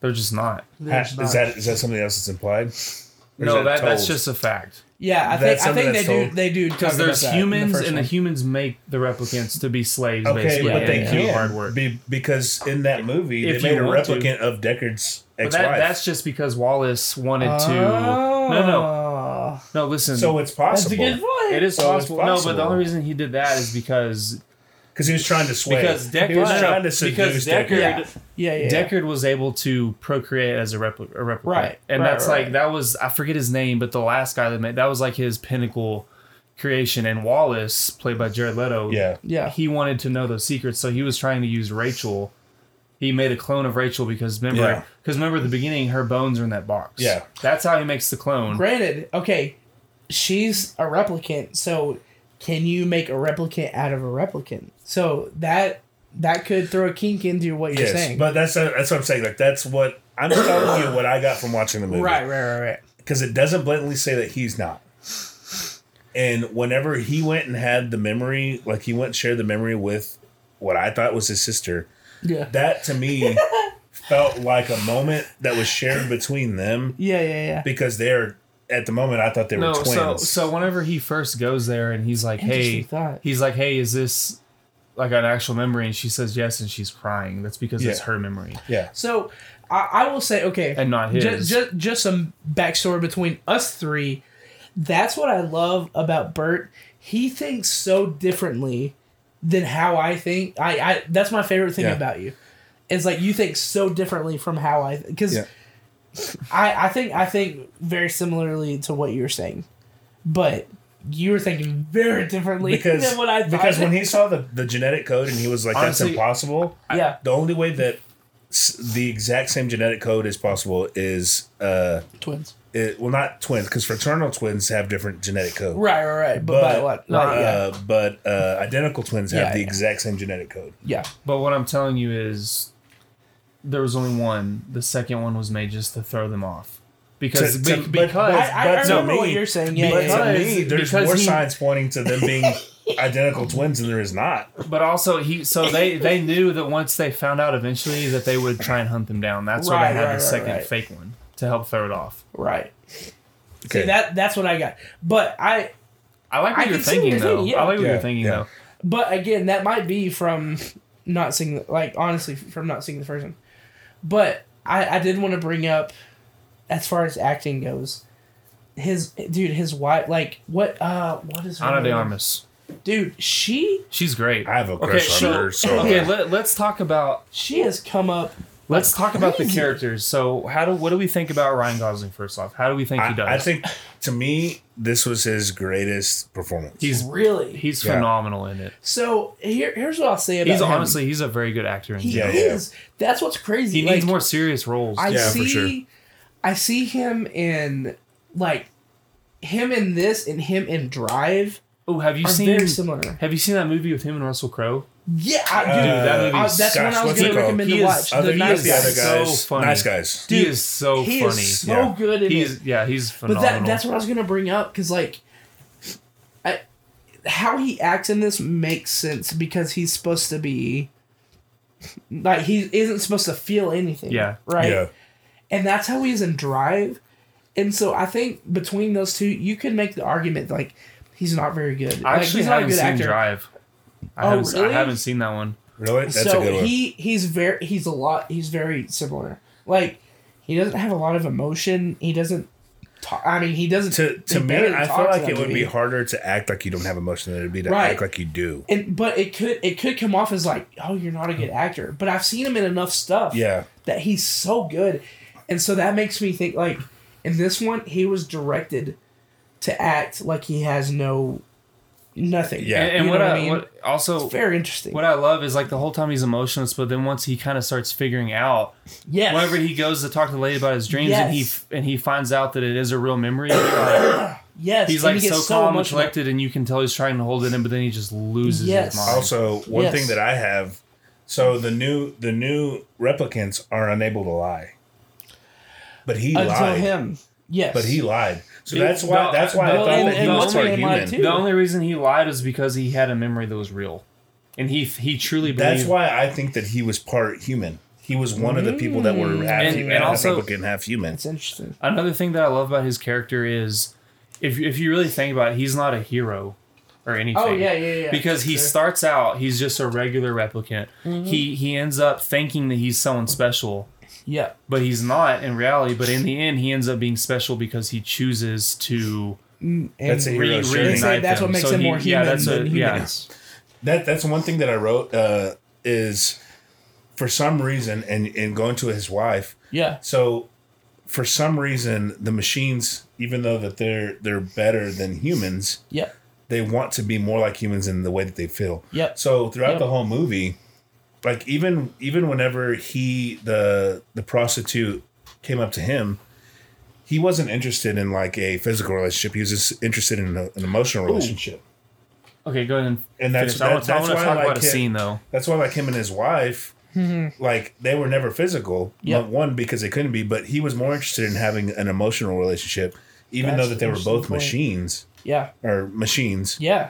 Speaker 3: They're just not.
Speaker 1: Ha-
Speaker 2: There's
Speaker 1: Is
Speaker 2: not.
Speaker 1: that is that something else that's implied? Or is
Speaker 3: No, that, that's
Speaker 1: told?
Speaker 3: just a fact.
Speaker 2: yeah, I
Speaker 1: that's
Speaker 2: think I
Speaker 1: something
Speaker 2: think they
Speaker 1: that's
Speaker 2: do
Speaker 1: told.
Speaker 2: they do
Speaker 3: Because there's humans, and the
Speaker 2: humans.
Speaker 3: humans make the replicants to be slaves,
Speaker 1: okay,
Speaker 3: basically,
Speaker 1: but they
Speaker 3: and do
Speaker 1: can't
Speaker 3: hard work.
Speaker 1: Be, because in that movie
Speaker 3: If
Speaker 1: they
Speaker 3: you
Speaker 1: made a
Speaker 3: want to.
Speaker 1: replicant of Deckard's
Speaker 3: But
Speaker 1: ex-wife.
Speaker 3: that, that's just because Wallace wanted to. No,
Speaker 2: Ah.
Speaker 3: no,
Speaker 2: no.
Speaker 3: no. Listen,
Speaker 1: so it's possible.
Speaker 2: That's Oh. a good point.
Speaker 3: it is
Speaker 1: so it's
Speaker 3: possible. No, but the
Speaker 1: possible.
Speaker 3: only reason he did that is because
Speaker 1: Because he was trying to sway.
Speaker 3: because Deckard
Speaker 1: he was
Speaker 3: no, no,
Speaker 1: trying to seduce
Speaker 3: because Deckard,
Speaker 1: Deckard.
Speaker 2: Yeah, yeah, yeah.
Speaker 3: Deckard was able to procreate as a, repli- a replicant,
Speaker 2: Right,
Speaker 3: And
Speaker 2: right,
Speaker 3: that's
Speaker 2: right,
Speaker 3: like
Speaker 2: right.
Speaker 3: that was I forget his name, but the last guy that made that was like his pinnacle creation. And Wallace, played by Jared Leto,
Speaker 1: Yeah.
Speaker 2: yeah.
Speaker 3: he wanted to know those secrets, so he was trying to use Rachel. He made a clone of Rachel because
Speaker 1: Yeah.
Speaker 3: remember, because remember at the beginning, her bones are in that box.
Speaker 1: Yeah.
Speaker 3: that's how he makes the clone.
Speaker 2: Granted, okay, she's a replicant, so can you make a replicant out of a replicant? So that that could throw a kink into what you're
Speaker 1: Yes,
Speaker 2: saying.
Speaker 1: but that's that's what I'm saying. Like that's what I'm just telling you what I got from watching the movie.
Speaker 2: right, right, right, right.
Speaker 1: Because it doesn't blatantly say that he's not. And whenever he went and had the memory, like he went and shared the memory with what I thought was his sister,
Speaker 2: Yeah.
Speaker 1: that to me felt like a moment that was shared between them
Speaker 2: Yeah, yeah, yeah.
Speaker 1: because they're at the moment I thought they
Speaker 3: No,
Speaker 1: were twins.
Speaker 3: so so whenever he first goes there and he's like,
Speaker 2: Interesting
Speaker 3: "Hey,"
Speaker 2: thought.
Speaker 3: he's like, "Hey, is this like an actual memory?" And she says yes, and she's crying. That's because it's
Speaker 1: Yeah.
Speaker 3: her memory.
Speaker 1: yeah.
Speaker 2: So I, I will say, okay,
Speaker 3: And not his.
Speaker 2: Just, just, some backstory between us three. That's what I love about Bert. He thinks so differently than how I think. I, I that's my favorite thing
Speaker 1: Yeah.
Speaker 2: about you. It's like you think so differently from how I because
Speaker 1: Yeah.
Speaker 2: I I think I think very similarly to what you were saying, but you were thinking very differently
Speaker 1: Because,
Speaker 2: than what I thought.
Speaker 1: because when he saw the, the genetic code and he was like,
Speaker 3: Honestly,
Speaker 1: that's impossible.
Speaker 2: yeah
Speaker 1: The only way that s- the exact same genetic code is possible is, uh,
Speaker 2: twins
Speaker 1: it, well, not twins, because fraternal twins have different genetic code.
Speaker 2: right right right
Speaker 1: But,
Speaker 2: but, but what
Speaker 1: uh,
Speaker 2: like, yeah
Speaker 1: but uh, identical twins have
Speaker 2: Yeah,
Speaker 1: the
Speaker 2: yeah.
Speaker 1: exact same genetic code.
Speaker 2: yeah
Speaker 3: But what I'm telling you is, there was only one. The second one was made just to throw them off, because
Speaker 1: To- to-
Speaker 3: be-
Speaker 1: but-
Speaker 3: because
Speaker 2: I, I
Speaker 1: But to
Speaker 2: remember what
Speaker 1: me-
Speaker 2: you're saying yeah,
Speaker 1: But
Speaker 2: yeah, yeah.
Speaker 1: to
Speaker 3: Because-
Speaker 1: me, there's
Speaker 3: because
Speaker 1: more
Speaker 3: he-
Speaker 1: signs pointing to them being identical twins than there is not.
Speaker 3: But also, he so they they knew that once they found out eventually that they would try and hunt them down. That's why
Speaker 2: Right,
Speaker 3: they had
Speaker 2: right,
Speaker 3: the
Speaker 2: right,
Speaker 3: second
Speaker 2: right.
Speaker 3: fake one to help throw it off.
Speaker 2: Right.
Speaker 1: Okay.
Speaker 2: See, that that's what I got. But I
Speaker 3: I like what
Speaker 2: I can see
Speaker 3: you're
Speaker 2: what
Speaker 3: thinking
Speaker 2: you're
Speaker 3: though.
Speaker 2: thinking, yeah.
Speaker 3: I like what
Speaker 1: Yeah,
Speaker 3: you're thinking
Speaker 1: yeah.
Speaker 3: though.
Speaker 2: But again, that might be from not seeing, the, like, honestly, from not seeing the person. But I, I did want to bring up, as far as acting goes, his dude, his wife, like, what, uh, what is her
Speaker 3: Ana de
Speaker 2: name?
Speaker 3: Armas.
Speaker 2: Dude, she,
Speaker 3: She's great.
Speaker 1: I have a
Speaker 3: Okay,
Speaker 1: crush
Speaker 3: so-
Speaker 1: on her. So
Speaker 3: Okay, let, let's talk about
Speaker 2: she has come up.
Speaker 3: let's talk about the
Speaker 2: crazy.
Speaker 3: characters. So how do what do we think about Ryan Gosling first off? How do we think he does?
Speaker 1: I, I think to me this was his greatest performance.
Speaker 3: he's
Speaker 2: Really?
Speaker 3: he's
Speaker 1: Yeah.
Speaker 3: phenomenal in it.
Speaker 2: So here, here's what I'll say about
Speaker 3: He's
Speaker 2: him.
Speaker 3: honestly he's a very good actor in
Speaker 2: he
Speaker 3: general.
Speaker 1: Yeah, yeah.
Speaker 2: is. That's what's crazy.
Speaker 3: He
Speaker 2: like,
Speaker 3: needs more serious roles.
Speaker 2: I
Speaker 1: Yeah, for
Speaker 2: see,
Speaker 1: sure.
Speaker 2: I see him in like him in this and him in Drive
Speaker 3: oh, have you
Speaker 2: are
Speaker 3: seen
Speaker 2: very similar.
Speaker 3: have you seen that movie with him and Russell Crowe?
Speaker 2: Yeah, I, dude,
Speaker 1: Uh,
Speaker 3: that
Speaker 2: I-
Speaker 3: movie
Speaker 2: that's
Speaker 1: gosh,
Speaker 2: when I was
Speaker 1: what's it
Speaker 2: gonna
Speaker 1: called?
Speaker 2: recommend to
Speaker 3: He
Speaker 2: watch
Speaker 3: is
Speaker 1: other,
Speaker 2: the
Speaker 1: you
Speaker 2: Nice
Speaker 1: the other
Speaker 2: Guys.
Speaker 3: guy. So
Speaker 1: guys,
Speaker 3: funny.
Speaker 1: nice guys.
Speaker 3: he
Speaker 2: Dude,
Speaker 3: is so
Speaker 2: he
Speaker 3: funny.
Speaker 2: is so
Speaker 1: Yeah.
Speaker 2: good in it.
Speaker 3: he's yeah, he's
Speaker 2: But
Speaker 3: phenomenal.
Speaker 2: that, that's what I was gonna bring up because like, I, how he acts in this makes sense because he's supposed to be, like he isn't supposed to feel anything.
Speaker 3: Yeah.
Speaker 2: Right.
Speaker 1: Yeah,
Speaker 2: and that's how he is in Drive. And so I think between those two, you could make the argument like he's not very good.
Speaker 3: I
Speaker 2: Like,
Speaker 3: actually
Speaker 2: he's not a
Speaker 3: haven't
Speaker 2: good
Speaker 3: seen
Speaker 2: actor.
Speaker 3: Drive. I,
Speaker 2: Oh,
Speaker 3: haven't,
Speaker 2: really?
Speaker 3: I haven't seen that one.
Speaker 1: really, that's a good
Speaker 2: so
Speaker 1: one.
Speaker 2: he he's very he's a lot he's very similar. Like he doesn't have a lot of emotion. He doesn't talk. I mean, he doesn't.
Speaker 1: to to
Speaker 2: he
Speaker 1: me,
Speaker 2: barely
Speaker 1: I feel
Speaker 2: talks in
Speaker 1: like
Speaker 2: that
Speaker 1: it would be
Speaker 2: movie.
Speaker 1: harder to act like you don't have emotion than it'd be to
Speaker 2: Right.
Speaker 1: act like you do.
Speaker 2: And but it could it could come off as like oh you're not a good actor. But I've seen him in enough stuff.
Speaker 1: Yeah,
Speaker 2: that he's so good. And so that makes me think like in this one he was directed to act like he has no nothing.
Speaker 1: Yeah.
Speaker 3: And, and
Speaker 2: You
Speaker 3: what,
Speaker 2: know
Speaker 3: I,
Speaker 2: what I mean?
Speaker 3: what also
Speaker 2: It's very interesting.
Speaker 3: what I love is like the whole time he's emotionless, but then once he kind of starts figuring out
Speaker 2: yes.
Speaker 3: whenever he goes to talk to the lady about his dreams and he
Speaker 2: Yes.
Speaker 3: and he finds out that it is a real memory like,
Speaker 2: yes.
Speaker 3: he's
Speaker 2: and
Speaker 3: like
Speaker 2: he
Speaker 3: so
Speaker 2: gets
Speaker 3: calm and
Speaker 2: emotional.
Speaker 3: collected and you can tell he's trying to hold it in but then he just loses
Speaker 2: Yes.
Speaker 3: his mind
Speaker 1: Also, one
Speaker 2: Yes.
Speaker 1: thing that I have, so the new the new replicants are unable to lie, but he
Speaker 2: until
Speaker 1: lied.
Speaker 2: him. Yes.
Speaker 1: But he lied. So
Speaker 3: Dude,
Speaker 1: that's why
Speaker 3: no,
Speaker 1: that's why
Speaker 3: no,
Speaker 1: I thought
Speaker 3: and-
Speaker 1: that he
Speaker 3: and
Speaker 1: was
Speaker 3: what's
Speaker 1: part
Speaker 2: her name lied
Speaker 1: human.
Speaker 2: too?
Speaker 3: the only reason he lied is because he had a memory that was real and he he truly believed
Speaker 1: That's why I think that he was part human. He was one of the people that were half,
Speaker 3: Mm. And-
Speaker 1: human,
Speaker 3: and
Speaker 1: half
Speaker 3: also-
Speaker 1: Republican, half human.
Speaker 2: It's interesting.
Speaker 3: another thing that I love about his character is if if you really think about it he's not a hero or anything
Speaker 2: Oh yeah, yeah, yeah.
Speaker 3: because he
Speaker 2: Sure.
Speaker 3: starts out he's just a regular replicant.
Speaker 1: Mm-hmm.
Speaker 3: He he ends up thinking that he's someone special,
Speaker 2: Yeah.
Speaker 3: but he's not in reality. But in the end, he ends up being special because he chooses to
Speaker 2: And
Speaker 1: That's a hero.
Speaker 3: re-
Speaker 1: They say
Speaker 3: reunite
Speaker 2: that's what
Speaker 3: them.
Speaker 2: makes
Speaker 3: So
Speaker 2: him
Speaker 3: he-
Speaker 2: more human
Speaker 3: Yeah, that's
Speaker 2: than
Speaker 3: a,
Speaker 2: human
Speaker 3: yeah.
Speaker 2: is.
Speaker 1: That that's one thing that I wrote uh, is for some reason and and going to his wife.
Speaker 2: Yeah.
Speaker 1: So for some reason the machines, even though that they're they're better than humans,
Speaker 2: Yeah.
Speaker 1: they want to be more like humans in the way that they feel.
Speaker 2: Yep.
Speaker 1: So throughout
Speaker 2: Yep.
Speaker 1: the whole movie, like even even whenever he the the prostitute came up to him, he wasn't interested in like a physical relationship. He was just interested in a, an emotional relationship.
Speaker 3: Okay, go ahead and,
Speaker 1: And that's-
Speaker 3: finish. I want
Speaker 1: that-
Speaker 3: to
Speaker 1: that's why I
Speaker 3: talk about
Speaker 1: like
Speaker 3: a
Speaker 1: it.
Speaker 3: scene though.
Speaker 1: That's why like him and his wife, like they were never physical.
Speaker 2: Mm-hmm. Yep.
Speaker 1: Not One because they couldn't be, but he was more interested in having an emotional relationship, even
Speaker 2: That's
Speaker 1: though that they
Speaker 2: an
Speaker 1: were both
Speaker 2: interesting point.
Speaker 1: machines
Speaker 2: Yeah.
Speaker 1: or machines.
Speaker 2: Yeah.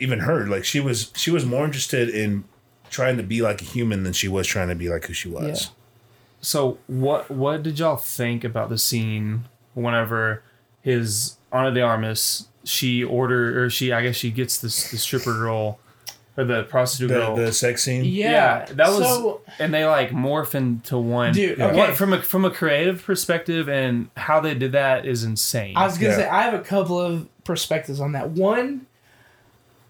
Speaker 1: even her like she was she was more interested in trying to be like a human than she was trying to be like who she was
Speaker 3: So what what did y'all think about the scene whenever his Ana de Armas she order or she I guess she gets this the stripper girl or the prostitute girl
Speaker 1: the, the sex scene
Speaker 2: Yeah.
Speaker 3: that was,
Speaker 2: So,
Speaker 3: and they like morph into one.
Speaker 2: Dude,
Speaker 3: Yeah.
Speaker 2: okay.
Speaker 3: What- from a from a creative perspective, and how they did that is insane.
Speaker 2: I was gonna
Speaker 1: Yeah.
Speaker 2: say I have a couple of perspectives on that. One,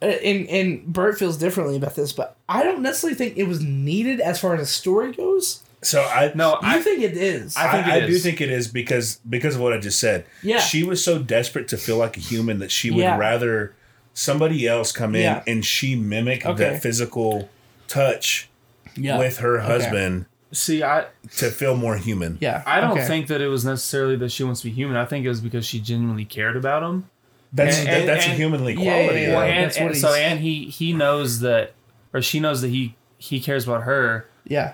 Speaker 2: uh, and and Bert feels differently about this, but I don't necessarily think it was needed as far as the story goes.
Speaker 1: so i
Speaker 3: no,
Speaker 2: You
Speaker 3: I
Speaker 2: think it is?
Speaker 1: i,
Speaker 3: I think it
Speaker 1: I, do
Speaker 3: is.
Speaker 1: think it is because because of what i just said
Speaker 2: Yeah.
Speaker 1: she was so desperate to feel like a human that she would
Speaker 2: Yeah.
Speaker 1: rather somebody else come in
Speaker 2: Yeah.
Speaker 1: and she mimic
Speaker 2: Okay.
Speaker 1: that physical touch
Speaker 2: yeah.
Speaker 1: with her husband
Speaker 3: see. I
Speaker 1: to feel more human
Speaker 2: yeah.
Speaker 3: I don't
Speaker 2: okay.
Speaker 3: think that it was necessarily that she wants to be human. I think it was because she genuinely cared about him.
Speaker 1: that's
Speaker 3: And-
Speaker 1: that,
Speaker 3: and-
Speaker 1: that's a
Speaker 3: and-
Speaker 1: humanly
Speaker 2: Yeah, yeah,
Speaker 1: quality
Speaker 2: yeah.
Speaker 1: though.
Speaker 2: Well,
Speaker 3: and,
Speaker 2: that's what
Speaker 3: and so,
Speaker 2: he's-
Speaker 3: and he he knows that, or she knows that he he cares about her.
Speaker 2: Yeah.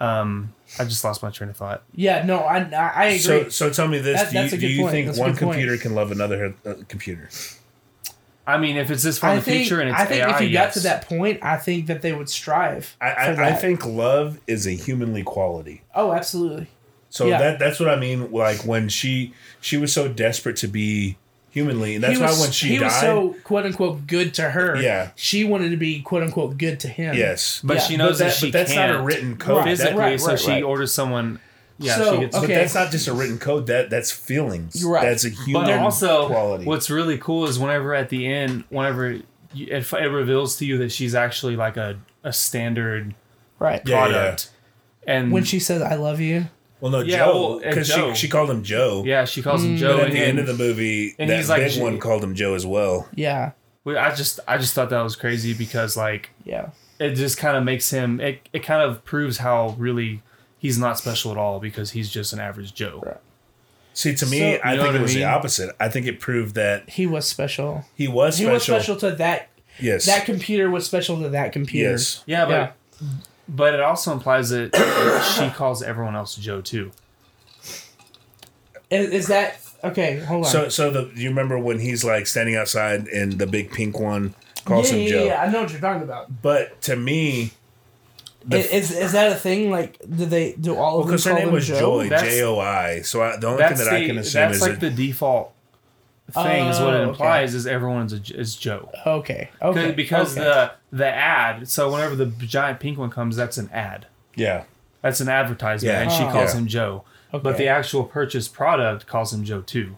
Speaker 3: Um, I just lost my train of thought.
Speaker 2: Yeah. No, I I, I agree.
Speaker 1: so so tell me this
Speaker 2: That-
Speaker 1: do you,
Speaker 2: that's a
Speaker 1: do
Speaker 2: good
Speaker 1: you
Speaker 2: point.
Speaker 1: think
Speaker 2: That's a
Speaker 1: one
Speaker 2: good point.
Speaker 1: computer can love another uh, computer
Speaker 3: I mean, if it's this far in
Speaker 2: I
Speaker 3: the
Speaker 2: think
Speaker 3: future and it's
Speaker 2: I think
Speaker 3: AI,
Speaker 2: if you got to
Speaker 3: yes.
Speaker 2: that point, I think that they would strive.
Speaker 1: I,
Speaker 2: for
Speaker 1: I, I
Speaker 2: that.
Speaker 1: think love is a humanly quality.
Speaker 2: Oh, absolutely.
Speaker 1: So
Speaker 2: Yeah.
Speaker 1: that that's what I mean. Like when she she was so desperate to be humanly, and that's
Speaker 2: he was,
Speaker 1: why when she
Speaker 2: he
Speaker 1: died,
Speaker 2: was so quote unquote good to her.
Speaker 1: Yeah.
Speaker 2: she wanted to be quote unquote good to him.
Speaker 1: yes,
Speaker 3: But
Speaker 2: Yeah,
Speaker 3: she knows
Speaker 1: but
Speaker 3: that,
Speaker 1: that-
Speaker 3: she
Speaker 1: but that's not a
Speaker 3: can't
Speaker 1: written code.
Speaker 3: physically,
Speaker 2: Right,
Speaker 3: so
Speaker 2: right,
Speaker 3: she
Speaker 2: right.
Speaker 3: orders someone. Yeah,
Speaker 2: So,
Speaker 3: she gets.
Speaker 1: But
Speaker 2: okay.
Speaker 1: that's not just a written code. That that's feelings.
Speaker 2: You're right.
Speaker 1: That's a
Speaker 3: But
Speaker 1: human
Speaker 3: also,
Speaker 1: quality.
Speaker 3: what's really cool is whenever at the end, whenever you, it, it reveals to you that she's actually like a, a standard
Speaker 2: right.
Speaker 1: Yeah, yeah.
Speaker 3: product, and
Speaker 2: When she says "I love you,"
Speaker 1: well, no,
Speaker 3: Yeah,
Speaker 1: Joe,
Speaker 3: well, and
Speaker 1: because
Speaker 3: Joe.
Speaker 1: she, she called him Joe.
Speaker 3: yeah, she calls him Joe,
Speaker 1: But at
Speaker 3: and,
Speaker 1: the end of the movie,
Speaker 3: and
Speaker 1: that
Speaker 3: he's like,
Speaker 1: big
Speaker 3: she-
Speaker 1: one called him Joe as well.
Speaker 2: yeah,
Speaker 3: we- I just I just thought that was crazy because like
Speaker 2: yeah,
Speaker 3: it just kind of makes him it, it kind of proves how really he's not special at all because he's just an average Joe.
Speaker 2: Right.
Speaker 1: See, to me,
Speaker 2: So-
Speaker 1: I
Speaker 3: You know
Speaker 1: think
Speaker 3: what
Speaker 1: it
Speaker 3: I
Speaker 1: was the
Speaker 3: mean?
Speaker 1: opposite. I think it proved that
Speaker 2: he was special.
Speaker 1: he was
Speaker 2: He
Speaker 1: special.
Speaker 2: was special to that.
Speaker 1: Yes.
Speaker 2: That computer was special to that computer.
Speaker 1: yes.
Speaker 3: Yeah, but
Speaker 2: Yeah.
Speaker 3: but it also implies that she calls everyone else Joe too.
Speaker 2: Is, is that okay? Hold on.
Speaker 1: So, so the you remember when he's like standing outside and the big pink one
Speaker 2: yeah,
Speaker 1: calls
Speaker 2: yeah,
Speaker 1: him Joe.
Speaker 2: yeah, I know what you're talking about.
Speaker 1: But to me, the
Speaker 2: I- is is that a thing? Like, do they do all of them
Speaker 1: because her
Speaker 2: call
Speaker 1: name
Speaker 2: him
Speaker 1: was
Speaker 2: Joe?
Speaker 1: Joy,
Speaker 3: That's-
Speaker 1: J O I. So I, the only thing
Speaker 3: That's
Speaker 1: that
Speaker 3: the,
Speaker 1: I can assume
Speaker 3: that's
Speaker 1: is
Speaker 3: like
Speaker 1: that
Speaker 3: the default thing is what
Speaker 2: Oh,
Speaker 3: it
Speaker 2: okay.
Speaker 3: implies is everyone's a, is Joe.
Speaker 2: Okay.
Speaker 3: Okay,
Speaker 2: Okay.
Speaker 3: because
Speaker 2: okay.
Speaker 3: the the ad. So whenever the giant pink one comes, that's an ad.
Speaker 1: yeah,
Speaker 3: That's an advertisement,
Speaker 1: Yeah.
Speaker 3: and she
Speaker 2: Oh.
Speaker 3: calls
Speaker 1: Yeah.
Speaker 3: him Joe. But
Speaker 2: Okay.
Speaker 3: the actual purchased product calls him Joe too.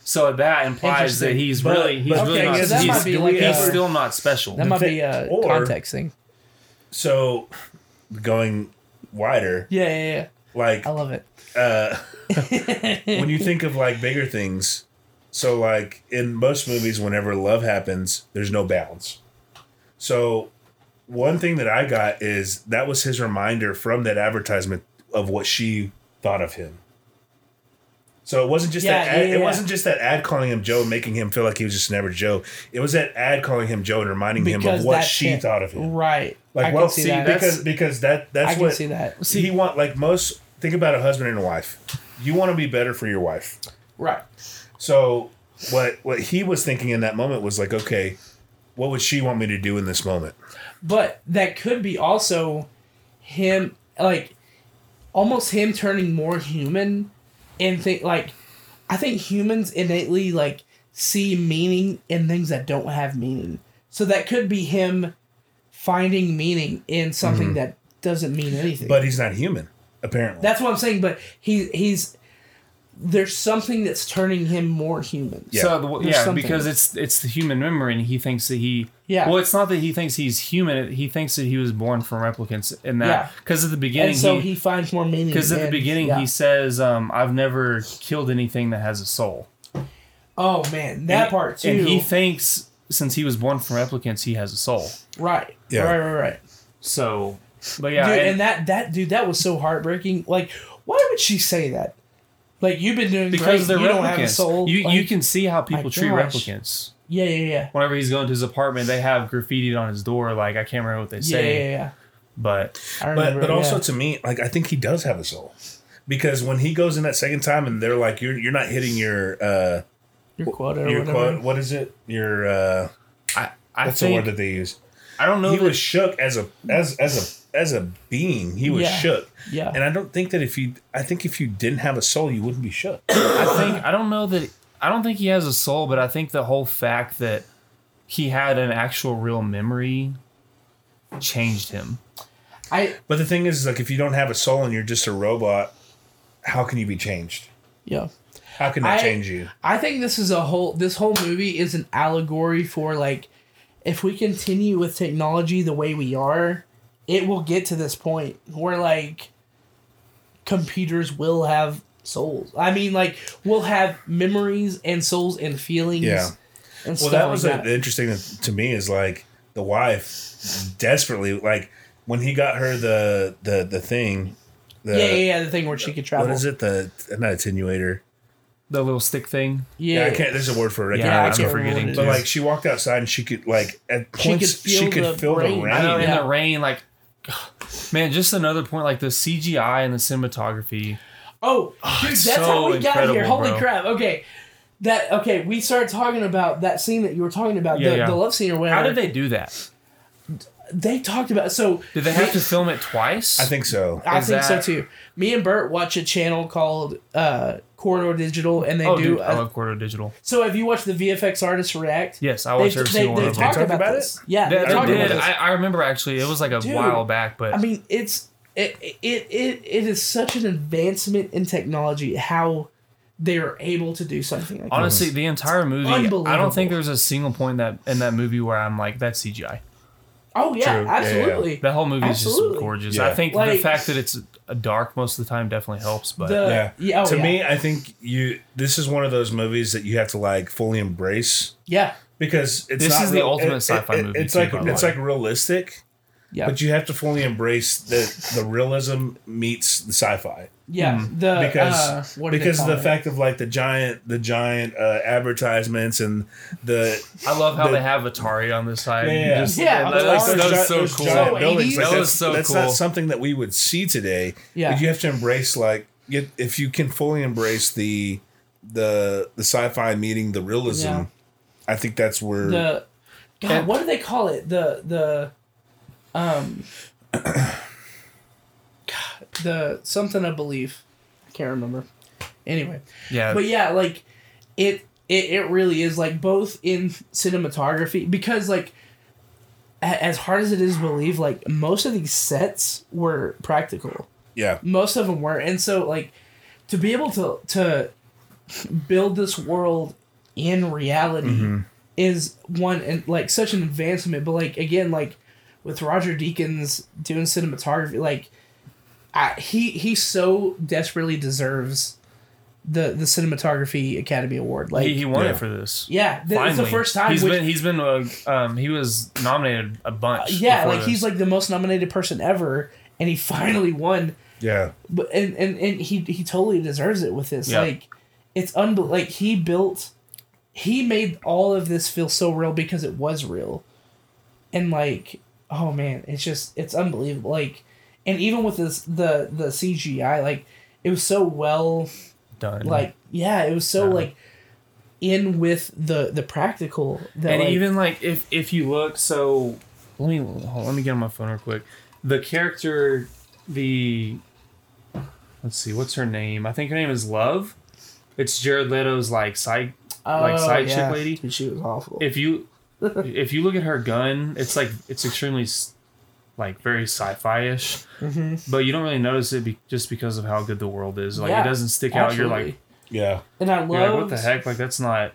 Speaker 3: So that implies that
Speaker 2: Interesting.
Speaker 3: he's
Speaker 1: But-
Speaker 3: really he's
Speaker 1: but
Speaker 3: really
Speaker 2: okay,
Speaker 3: not,
Speaker 2: so that
Speaker 3: he's,
Speaker 2: might be
Speaker 3: he's
Speaker 2: like a-
Speaker 3: still not special.
Speaker 2: that might
Speaker 1: the
Speaker 2: be a
Speaker 1: or-
Speaker 2: context thing.
Speaker 1: so going wider,
Speaker 2: Yeah, yeah, yeah.
Speaker 1: like
Speaker 2: I love it.
Speaker 1: uh, when you think of like bigger things. So like in most movies, whenever love happens, there's no balance. So one thing that I got is that was his reminder from that advertisement of what she thought of him. So it wasn't just
Speaker 2: Yeah,
Speaker 1: that ad,
Speaker 2: yeah,
Speaker 1: it
Speaker 2: yeah.
Speaker 1: wasn't just that ad calling him Joe and making him feel like he was just an average Joe. It was that ad calling him Joe and reminding him of
Speaker 2: Because
Speaker 1: what
Speaker 2: that's
Speaker 1: she
Speaker 2: him.
Speaker 1: thought of him.
Speaker 2: Right.
Speaker 1: Like
Speaker 2: I
Speaker 1: well,
Speaker 2: can see
Speaker 1: see,
Speaker 2: that.
Speaker 1: because because that that's
Speaker 2: I can
Speaker 1: what
Speaker 2: see that.
Speaker 1: See, he want like most. Think about a husband and a wife. You want to be better for your wife.
Speaker 2: Right.
Speaker 1: So what what he was thinking in that moment was like, okay, what would she want me to do in this moment?
Speaker 2: But that could be also him, like, almost him turning more human and think, like, I think humans innately, like, see meaning in things that don't have meaning. So that could be him finding meaning in something
Speaker 3: Mm-hmm.
Speaker 2: that doesn't mean anything.
Speaker 1: But he's not human, apparently.
Speaker 2: That's what I'm saying. But he he's there's something that's turning him more human.
Speaker 1: Yeah.
Speaker 3: So the,
Speaker 2: There's
Speaker 3: yeah,
Speaker 2: something.
Speaker 3: because it's it's the human memory, and he thinks that he
Speaker 2: Yeah.
Speaker 3: Well, it's not that he thinks he's human. He thinks that he was born from replicants, and that
Speaker 2: Yeah.
Speaker 3: because at the beginning
Speaker 2: And so
Speaker 3: he
Speaker 2: he finds more meaning.
Speaker 3: because at the
Speaker 2: in-
Speaker 3: beginning
Speaker 2: yeah.
Speaker 3: he says, um, "I've never killed anything that has a soul."
Speaker 2: oh man, that
Speaker 3: And-
Speaker 2: part too.
Speaker 3: And he thinks since he was born from replicants, he has a soul.
Speaker 2: right,
Speaker 1: Yeah.
Speaker 2: right, right, right.
Speaker 3: So, but yeah,
Speaker 2: dude,
Speaker 3: and,
Speaker 2: and, that that dude, that was so heartbreaking. Like, why would she say that? Like you've been doing great.
Speaker 3: because they're
Speaker 2: you
Speaker 3: replicants,
Speaker 2: don't have a soul.
Speaker 3: you you
Speaker 2: like-
Speaker 3: can see how people treat
Speaker 2: gosh.
Speaker 3: replicants.
Speaker 2: yeah, yeah, yeah.
Speaker 3: Whenever he's going to his apartment, they have graffitied on his door. Like I can't remember what they
Speaker 2: Yeah,
Speaker 3: say,
Speaker 2: yeah, yeah.
Speaker 3: but
Speaker 2: I
Speaker 1: but
Speaker 2: remember.
Speaker 1: but also
Speaker 2: yeah.
Speaker 1: to me, like I think he does have a soul. Because when he goes in that second time and they're like, You're you're not hitting your uh
Speaker 2: your quota or
Speaker 1: your
Speaker 2: whatever.
Speaker 1: quote what is it? Your uh
Speaker 3: I I
Speaker 1: what's the
Speaker 3: think
Speaker 1: word that they use?
Speaker 3: I don't know.
Speaker 1: He
Speaker 3: that-
Speaker 1: was shook as a as as a as a being. He was
Speaker 2: Yeah.
Speaker 1: shook.
Speaker 2: Yeah.
Speaker 1: And I don't think that if you I think if you didn't have a soul, you wouldn't be shook.
Speaker 3: I think I don't know that I don't think he has a soul, but I think the whole fact that he had an actual real memory changed him.
Speaker 2: I
Speaker 1: But the thing is, like, if you don't have a soul and you're just a robot, how can you be changed?
Speaker 2: yeah.
Speaker 1: How can that
Speaker 2: I-
Speaker 1: change you?
Speaker 2: I think this is a whole this whole movie is an allegory for like if we continue with technology the way we are, it will get to this point where like computers will have souls. I mean like we'll have memories and souls and feelings.
Speaker 1: Yeah.
Speaker 2: And
Speaker 1: Well,
Speaker 2: stuff
Speaker 1: that was
Speaker 2: like
Speaker 1: uh
Speaker 2: that.
Speaker 1: interesting to me. Is like the wife desperately like when he got her the the the thing. The,
Speaker 2: yeah, yeah, yeah, the thing where she could travel.
Speaker 1: What is it? The not attenuator.
Speaker 3: The little stick thing.
Speaker 1: Yeah,
Speaker 2: Yeah.
Speaker 1: I can't. There's a word for it. I
Speaker 3: Yeah,
Speaker 1: can't
Speaker 2: I
Speaker 1: remember
Speaker 3: I'm
Speaker 1: it's
Speaker 2: can't
Speaker 1: called.
Speaker 3: forgetting.
Speaker 2: remember
Speaker 1: But
Speaker 2: what
Speaker 3: too.
Speaker 1: like she walked outside and she could like at points
Speaker 2: could
Speaker 1: she
Speaker 2: feel
Speaker 1: could
Speaker 2: the
Speaker 1: feel the
Speaker 2: rain.
Speaker 1: rain.
Speaker 3: I know in
Speaker 2: Yeah.
Speaker 3: the rain, like man, just another point, like the CGI and the cinematography.
Speaker 2: Oh, dude, that's
Speaker 3: it's
Speaker 2: how
Speaker 3: so
Speaker 2: we got here.
Speaker 3: incredible,
Speaker 2: Holy
Speaker 3: bro.
Speaker 2: crap. Okay. That okay, we started talking about that scene that you were talking about,
Speaker 3: Yeah,
Speaker 2: the,
Speaker 3: yeah.
Speaker 2: the love scene or whatever.
Speaker 3: How did they do that?
Speaker 2: They talked about so
Speaker 3: Did they have to film it twice?
Speaker 1: I think so.
Speaker 2: I
Speaker 3: Is
Speaker 2: think so
Speaker 3: that-
Speaker 2: too. Me and Bert watch a channel called uh, Corridor Digital, and they
Speaker 3: Oh,
Speaker 2: do.
Speaker 3: dude, I
Speaker 2: a-
Speaker 3: love Quarter Digital.
Speaker 2: so have you watched the VFX artists react?
Speaker 3: Yes, I
Speaker 2: they,
Speaker 3: watched
Speaker 2: they,
Speaker 3: every single one
Speaker 2: they
Speaker 3: of them.
Speaker 2: talked
Speaker 1: talked
Speaker 2: about,
Speaker 1: about
Speaker 2: this.
Speaker 1: it?
Speaker 2: Yeah,
Speaker 3: They,
Speaker 2: they, talked
Speaker 3: did.
Speaker 2: about this.
Speaker 3: I, I remember actually. It was like a
Speaker 2: Dude,
Speaker 3: while back, but
Speaker 2: I mean, it's it, it it it is such an advancement in technology how they're able to do something like that.
Speaker 3: honestly, the entire movie, I
Speaker 2: unbelievable.
Speaker 3: don't think there's a single point that in that movie where I'm like, that's CGI.
Speaker 2: Oh yeah,
Speaker 1: True. Yeah, yeah.
Speaker 2: absolutely.
Speaker 3: That whole movie is
Speaker 2: Absolutely.
Speaker 3: just gorgeous.
Speaker 1: Yeah.
Speaker 3: I think the
Speaker 2: Like-
Speaker 3: fact that it's dark most of the time definitely helps, but
Speaker 2: The-
Speaker 1: yeah.
Speaker 2: yeah, oh,
Speaker 1: to
Speaker 2: yeah.
Speaker 1: me, I think you. This is one of those movies that you have to like fully embrace
Speaker 2: Yeah,
Speaker 1: because it's
Speaker 3: This
Speaker 1: not
Speaker 3: is the
Speaker 1: real-
Speaker 3: ultimate
Speaker 1: it- it-
Speaker 3: sci-fi
Speaker 1: it-
Speaker 3: movie,
Speaker 1: It's
Speaker 3: too,
Speaker 1: like
Speaker 3: by the
Speaker 1: it's
Speaker 3: way.
Speaker 1: like realistic,
Speaker 2: yeah,
Speaker 1: but you have to fully embrace the the realism meets the sci-fi
Speaker 2: yeah. The
Speaker 1: hmm, because
Speaker 2: uh, what do they
Speaker 1: because of
Speaker 2: call
Speaker 1: the
Speaker 2: it?
Speaker 1: fact of like the giant the giant uh, advertisements and the
Speaker 3: I love how
Speaker 1: the-
Speaker 3: they have Atari on the side.
Speaker 1: Yeah,
Speaker 3: and
Speaker 1: yeah.
Speaker 3: just-
Speaker 2: Yeah, Atari.
Speaker 3: that, that's- that was
Speaker 1: giant-
Speaker 3: so
Speaker 1: those
Speaker 3: cool.
Speaker 1: giant
Speaker 2: So
Speaker 1: buildings,
Speaker 2: 80s.
Speaker 1: like,
Speaker 3: That was
Speaker 1: that's-
Speaker 3: so
Speaker 1: That's
Speaker 3: cool.
Speaker 1: not something that we would see today.
Speaker 2: Yeah.
Speaker 1: but you have to embrace like you- if you can fully embrace the the the sci-fi meeting the realism.
Speaker 2: Yeah.
Speaker 1: I think that's where
Speaker 2: the God,
Speaker 3: And-
Speaker 2: what do they call it? The the um God, the something I believe. I can't remember. Anyway.
Speaker 3: yeah.
Speaker 2: Oh, But yeah, like it it, it really is like both in cinematography because like a- as hard as it is to believe, like most of these sets were practical
Speaker 1: yeah
Speaker 2: most of them were and so like to be able to to build this world in reality
Speaker 3: Mm-hmm.
Speaker 2: is one and like such an advancement but like again like with roger deakins doing cinematography like I, he he so desperately deserves the the cinematography academy award like
Speaker 3: he, he won
Speaker 1: Yeah.
Speaker 3: it for this.
Speaker 2: yeah th-
Speaker 3: Finally.
Speaker 2: it's the first time
Speaker 3: he's
Speaker 2: which-
Speaker 3: been he's been uh, um he was nominated a bunch.
Speaker 2: yeah
Speaker 3: before
Speaker 2: like he's
Speaker 3: this.
Speaker 2: like the most nominated person ever and he finally won
Speaker 1: yeah
Speaker 2: but and and, and he he totally deserves it with this
Speaker 3: Yeah.
Speaker 2: like it's unbel like he built he made all of this feel so real because it was real and like oh man it's just it's unbelievable like and even with this the the cgi like it was so well
Speaker 3: done
Speaker 2: like yeah it was so
Speaker 3: Yeah.
Speaker 2: like in with the the practical that
Speaker 3: and
Speaker 2: like,
Speaker 3: even like if if you look so let me hold on, let me get on my phone real quick the character the let's see what's her name i think her name is love it's jared leto's like side like,
Speaker 2: oh,
Speaker 3: side chick
Speaker 2: yeah.
Speaker 3: lady.
Speaker 2: Dude, she was awful
Speaker 3: if you if you look at her gun it's like it's extremely s- like very sci-fi-ish
Speaker 2: Mm-hmm.
Speaker 3: but you don't really notice it be, just because of how good the world is like
Speaker 2: Yeah,
Speaker 3: it doesn't stick out you're
Speaker 2: absolutely.
Speaker 3: like
Speaker 1: yeah
Speaker 2: and i
Speaker 3: you're like
Speaker 2: love
Speaker 3: what the heck like that's not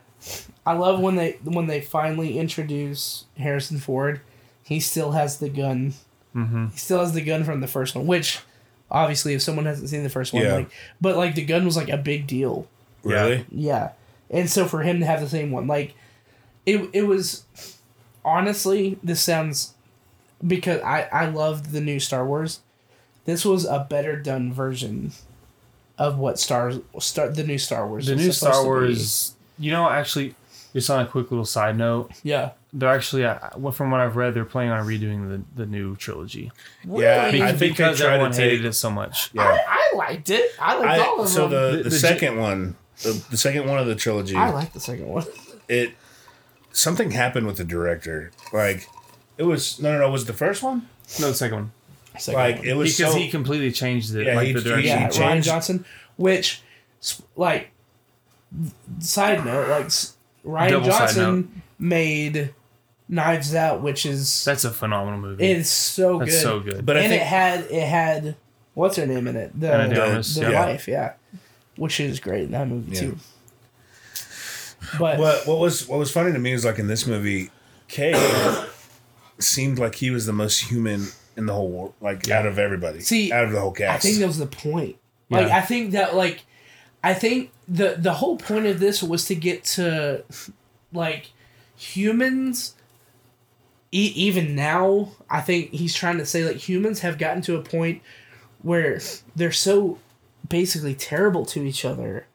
Speaker 2: I love when they when they finally introduce Harrison Ford. He still has the gun.
Speaker 1: Mm-hmm.
Speaker 2: He still has the gun from the first one, which obviously, if someone hasn't seen the first one,
Speaker 1: Yeah.
Speaker 2: like, but like the gun was like a big deal.
Speaker 1: really
Speaker 2: Yeah, and so for him to have the same one, like, it it was honestly this sounds because I I loved the new Star Wars. This was a better done version of what stars star the new Star Wars.
Speaker 3: the
Speaker 2: was
Speaker 3: new
Speaker 2: supposed
Speaker 3: Star
Speaker 2: to be.
Speaker 3: Wars. You know, actually, just on a quick little side note,
Speaker 2: Yeah.
Speaker 3: they're actually, I- well, from what I've read, they're planning on redoing the, the new trilogy
Speaker 1: Yeah,
Speaker 2: Really?
Speaker 1: I
Speaker 3: because,
Speaker 1: think they
Speaker 3: because
Speaker 1: try to
Speaker 3: everyone hated
Speaker 1: take-
Speaker 3: it so much.
Speaker 1: yeah
Speaker 2: I liked it. I liked all
Speaker 1: I,
Speaker 2: of
Speaker 1: so
Speaker 2: them.
Speaker 1: the, the,
Speaker 3: The- the-
Speaker 1: second one the, the second one of the trilogy
Speaker 2: I like the second one.
Speaker 1: it something happened with the director like it was no no no was it the first one
Speaker 3: No, the second one
Speaker 2: Second
Speaker 1: like
Speaker 2: one.
Speaker 1: it was
Speaker 3: because
Speaker 1: so,
Speaker 3: he completely changed it,
Speaker 1: Yeah,
Speaker 3: like
Speaker 1: he-
Speaker 3: the
Speaker 1: he-
Speaker 3: direction.
Speaker 2: yeah,
Speaker 1: changed-
Speaker 2: Ryan Johnson. Which, s- like, side note, like s- Ryan
Speaker 3: Double side note.
Speaker 2: Johnson made Knives Out, which is
Speaker 3: That's a phenomenal movie.
Speaker 2: it's so
Speaker 3: That's
Speaker 2: good.
Speaker 3: so good.
Speaker 1: But I
Speaker 2: and
Speaker 1: think-
Speaker 2: it had it had what's her name in it? The
Speaker 3: Anna de
Speaker 2: the,
Speaker 3: Armas,
Speaker 2: the
Speaker 1: yeah.
Speaker 2: wife, yeah, which is great in that movie
Speaker 1: Yeah.
Speaker 2: too. But
Speaker 1: What what was what was funny to me is like in this movie, Kay seemed like he was the most human in the whole world, like out of everybody,
Speaker 2: See,
Speaker 1: out of the whole
Speaker 2: I
Speaker 1: cast.
Speaker 2: think that was the point. Like
Speaker 3: Yeah.
Speaker 2: I think that like I think the the whole point of this was to get to like humans e- even now I think he's trying to say like humans have gotten to a point where they're so basically terrible to each other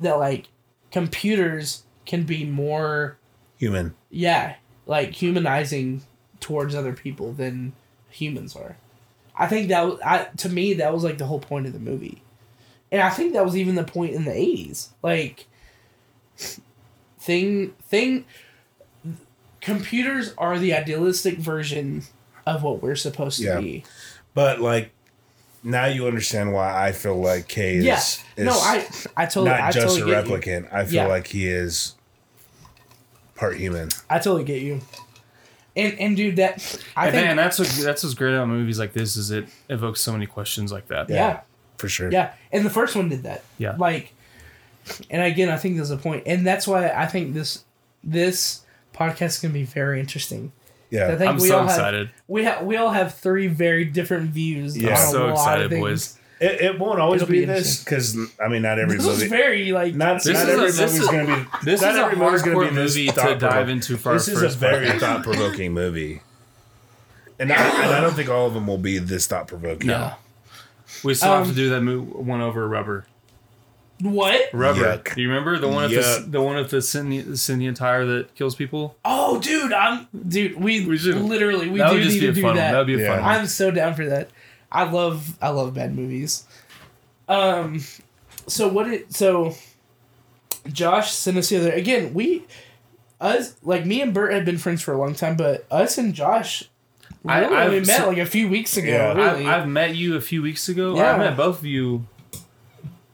Speaker 2: that like computers can be more
Speaker 1: human.
Speaker 2: yeah, like humanizing towards other people than humans are. I think that was, I to me that was like the whole point of the movie, and I think that was even the point in the eighties. Like, thing thing, computers are the idealistic version of what we're supposed
Speaker 1: Yeah.
Speaker 2: to be.
Speaker 1: But like now you understand why I feel like K is,
Speaker 2: Yeah.
Speaker 1: is
Speaker 2: no, I I totally
Speaker 1: not
Speaker 2: I
Speaker 1: just
Speaker 2: totally
Speaker 1: a
Speaker 2: get you.
Speaker 1: replicant. I feel
Speaker 2: Yeah.
Speaker 1: like he is part human.
Speaker 2: I totally get you. And and dude, that I
Speaker 3: And
Speaker 2: think
Speaker 3: man, that's what that's what's great about movies like this is it evokes so many questions like that.
Speaker 2: yeah.
Speaker 1: for sure.
Speaker 2: Yeah, and the first one did that.
Speaker 3: Yeah.
Speaker 2: Like, and again, I think there's a point, and that's why I think this this podcast is gonna be very interesting. I
Speaker 1: yeah.
Speaker 2: think
Speaker 3: I'm so
Speaker 2: all
Speaker 3: excited.
Speaker 2: Have, we have we all have three very different views.
Speaker 1: Yeah.
Speaker 2: on
Speaker 1: I'm
Speaker 2: a
Speaker 3: so
Speaker 2: lot
Speaker 3: excited,
Speaker 2: of things.
Speaker 3: boys.
Speaker 1: It, it won't always
Speaker 2: It'll
Speaker 1: be,
Speaker 2: be
Speaker 1: this because I mean, not every
Speaker 2: This was
Speaker 1: movie.
Speaker 2: very like
Speaker 1: not
Speaker 3: This
Speaker 1: not
Speaker 3: is a-
Speaker 1: every
Speaker 3: this
Speaker 1: movie's
Speaker 3: is-
Speaker 1: going to be.
Speaker 3: This
Speaker 1: not
Speaker 3: is a
Speaker 1: every movie's gonna
Speaker 3: hardcore
Speaker 1: be this
Speaker 3: movie to
Speaker 1: thought-provoking.
Speaker 3: dive into for
Speaker 1: This
Speaker 3: our
Speaker 1: is
Speaker 3: first
Speaker 1: a very
Speaker 3: podcast.
Speaker 1: thought provoking movie, and I, and I don't think all of them will be this thought provoking.
Speaker 3: No. We still have
Speaker 2: Um,
Speaker 3: to do that mo- one over rubber.
Speaker 2: what?
Speaker 3: Rubber.
Speaker 1: Yuck.
Speaker 3: Do you remember the one of the
Speaker 1: Yuck.
Speaker 3: the one of the Scythian, Scythian tire that kills people?
Speaker 2: Oh, dude, I'm dude. We,
Speaker 3: We should-
Speaker 2: literally we
Speaker 3: that
Speaker 2: do
Speaker 3: would just
Speaker 2: need
Speaker 3: be a
Speaker 2: to do
Speaker 3: fun one.
Speaker 2: that.
Speaker 3: That would be a
Speaker 1: Yeah.
Speaker 3: fun one.
Speaker 2: I'm so down for that. I love I love bad movies. Um so what it so Josh sent us the other again, we us like me and Bert had been friends for a long time, but us and Josh
Speaker 3: I-
Speaker 2: really
Speaker 3: I've
Speaker 2: only met
Speaker 3: se-
Speaker 2: like a few weeks ago,
Speaker 1: Yeah.
Speaker 2: really.
Speaker 3: I, I've met you a few weeks ago.
Speaker 2: Yeah.
Speaker 3: I met both of you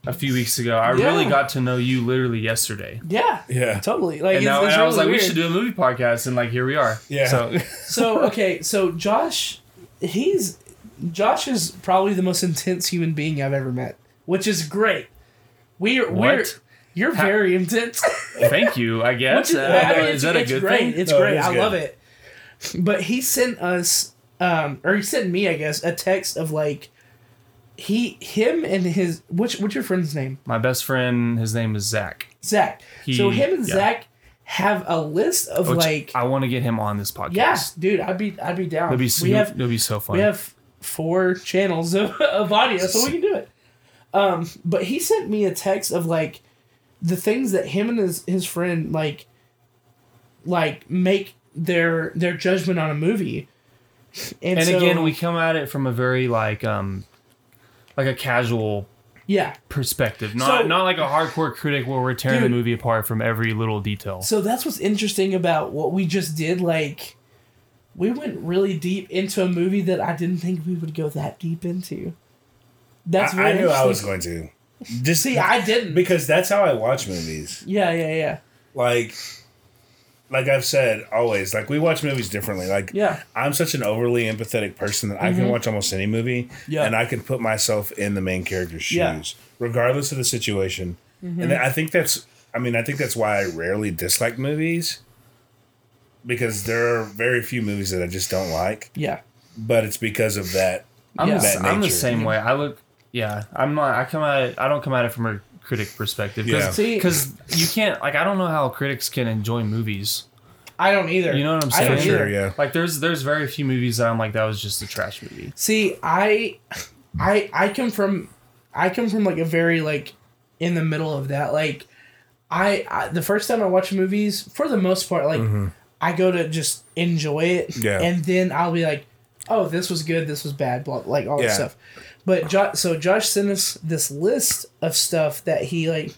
Speaker 3: a few weeks ago. I
Speaker 2: Yeah.
Speaker 3: really got to know you literally yesterday.
Speaker 2: yeah.
Speaker 1: Yeah,
Speaker 2: Totally. Like
Speaker 3: And,
Speaker 2: it's,
Speaker 3: now,
Speaker 2: it's
Speaker 3: and I was like,
Speaker 2: really
Speaker 3: we
Speaker 2: weird.
Speaker 3: should do a movie podcast, and like here we are.
Speaker 1: Yeah.
Speaker 3: So
Speaker 2: So okay, so Josh he's Josh is probably the most intense human being I've ever met, which is great. We're we're
Speaker 3: What?
Speaker 2: you're
Speaker 3: How-
Speaker 2: very intense.
Speaker 3: thank you. I guess.
Speaker 2: Which is,
Speaker 3: Uh,
Speaker 2: I mean,
Speaker 3: is
Speaker 2: it's,
Speaker 3: that a
Speaker 2: it's
Speaker 3: good
Speaker 2: great.
Speaker 3: thing?
Speaker 2: It's
Speaker 1: No, it
Speaker 2: great.
Speaker 1: is
Speaker 2: I
Speaker 1: good.
Speaker 2: love it. But he sent us, um, or he sent me, I guess, a text of like, he, him, and his. What's what's your friend's name?
Speaker 3: My best friend, his name is Zach.
Speaker 2: Zach. so
Speaker 3: He-
Speaker 2: him and
Speaker 3: yeah.
Speaker 2: Zach have a list of
Speaker 3: Which
Speaker 2: like,
Speaker 3: I want to get him on this podcast.
Speaker 2: yeah, dude, I'd be, I'd be down.
Speaker 3: It'll be
Speaker 2: we
Speaker 3: so,
Speaker 2: have,
Speaker 3: it'll be so fun.
Speaker 2: we have four channels of, of audio, so we can do it. Um, but he sent me a text of like the things that him and his, his friend like like make their their judgment on a movie. And,
Speaker 3: and
Speaker 2: so-
Speaker 3: again, we come at it from a very like um like a casual
Speaker 2: yeah.
Speaker 3: perspective, not
Speaker 2: So-
Speaker 3: not like a hardcore critic where we're tearing the
Speaker 2: Dude.
Speaker 3: movie apart from every little detail.
Speaker 2: So that's what's interesting about what we just did. Like, we went really deep into a movie that I didn't think we would go that deep into. That's
Speaker 1: I, I
Speaker 2: very
Speaker 1: knew I
Speaker 2: interesting.
Speaker 1: was going to. Just
Speaker 2: See, I didn't.
Speaker 1: because that's how I watch movies.
Speaker 2: yeah, yeah, yeah,
Speaker 1: like like I've said always, like we watch movies differently. Like
Speaker 2: Yeah. Mm-hmm.
Speaker 1: I'm such an overly empathetic person that I can watch almost any movie
Speaker 2: Yeah.
Speaker 1: and I can put myself in the main character's shoes,
Speaker 2: Yeah. Mm-hmm.
Speaker 1: regardless of the situation. And I think that's I mean, I think that's why I rarely dislike movies. Because there are very few movies that I just don't like.
Speaker 2: yeah.
Speaker 1: But it's because of that
Speaker 3: I'm,
Speaker 2: Yeah.
Speaker 3: the,
Speaker 1: That
Speaker 3: I'm the
Speaker 1: nature.
Speaker 3: same way. I look, yeah. I'm not. I come at it. I don't come at it from a critic perspective.
Speaker 1: Yeah.
Speaker 3: Cause,
Speaker 2: See-
Speaker 3: 'cause you can't. Like, I don't know how critics can enjoy movies.
Speaker 2: I don't either.
Speaker 3: You know what I'm
Speaker 2: I
Speaker 3: saying?
Speaker 2: don't
Speaker 1: For sure,
Speaker 2: either.
Speaker 1: yeah.
Speaker 3: Like, there's there's very few movies that I'm like that was just a trash movie.
Speaker 2: See, I, I, I come from, I come from like a very like, in the middle of that. Like, I, I the first time I watch movies, for the most part, like, I go to just enjoy it,
Speaker 1: Mm-hmm. Yeah.
Speaker 2: and then I'll be like, oh, this was good, this was bad, blah, like all
Speaker 1: Yeah.
Speaker 2: that stuff. But Josh, so Josh sent us this list of stuff that he like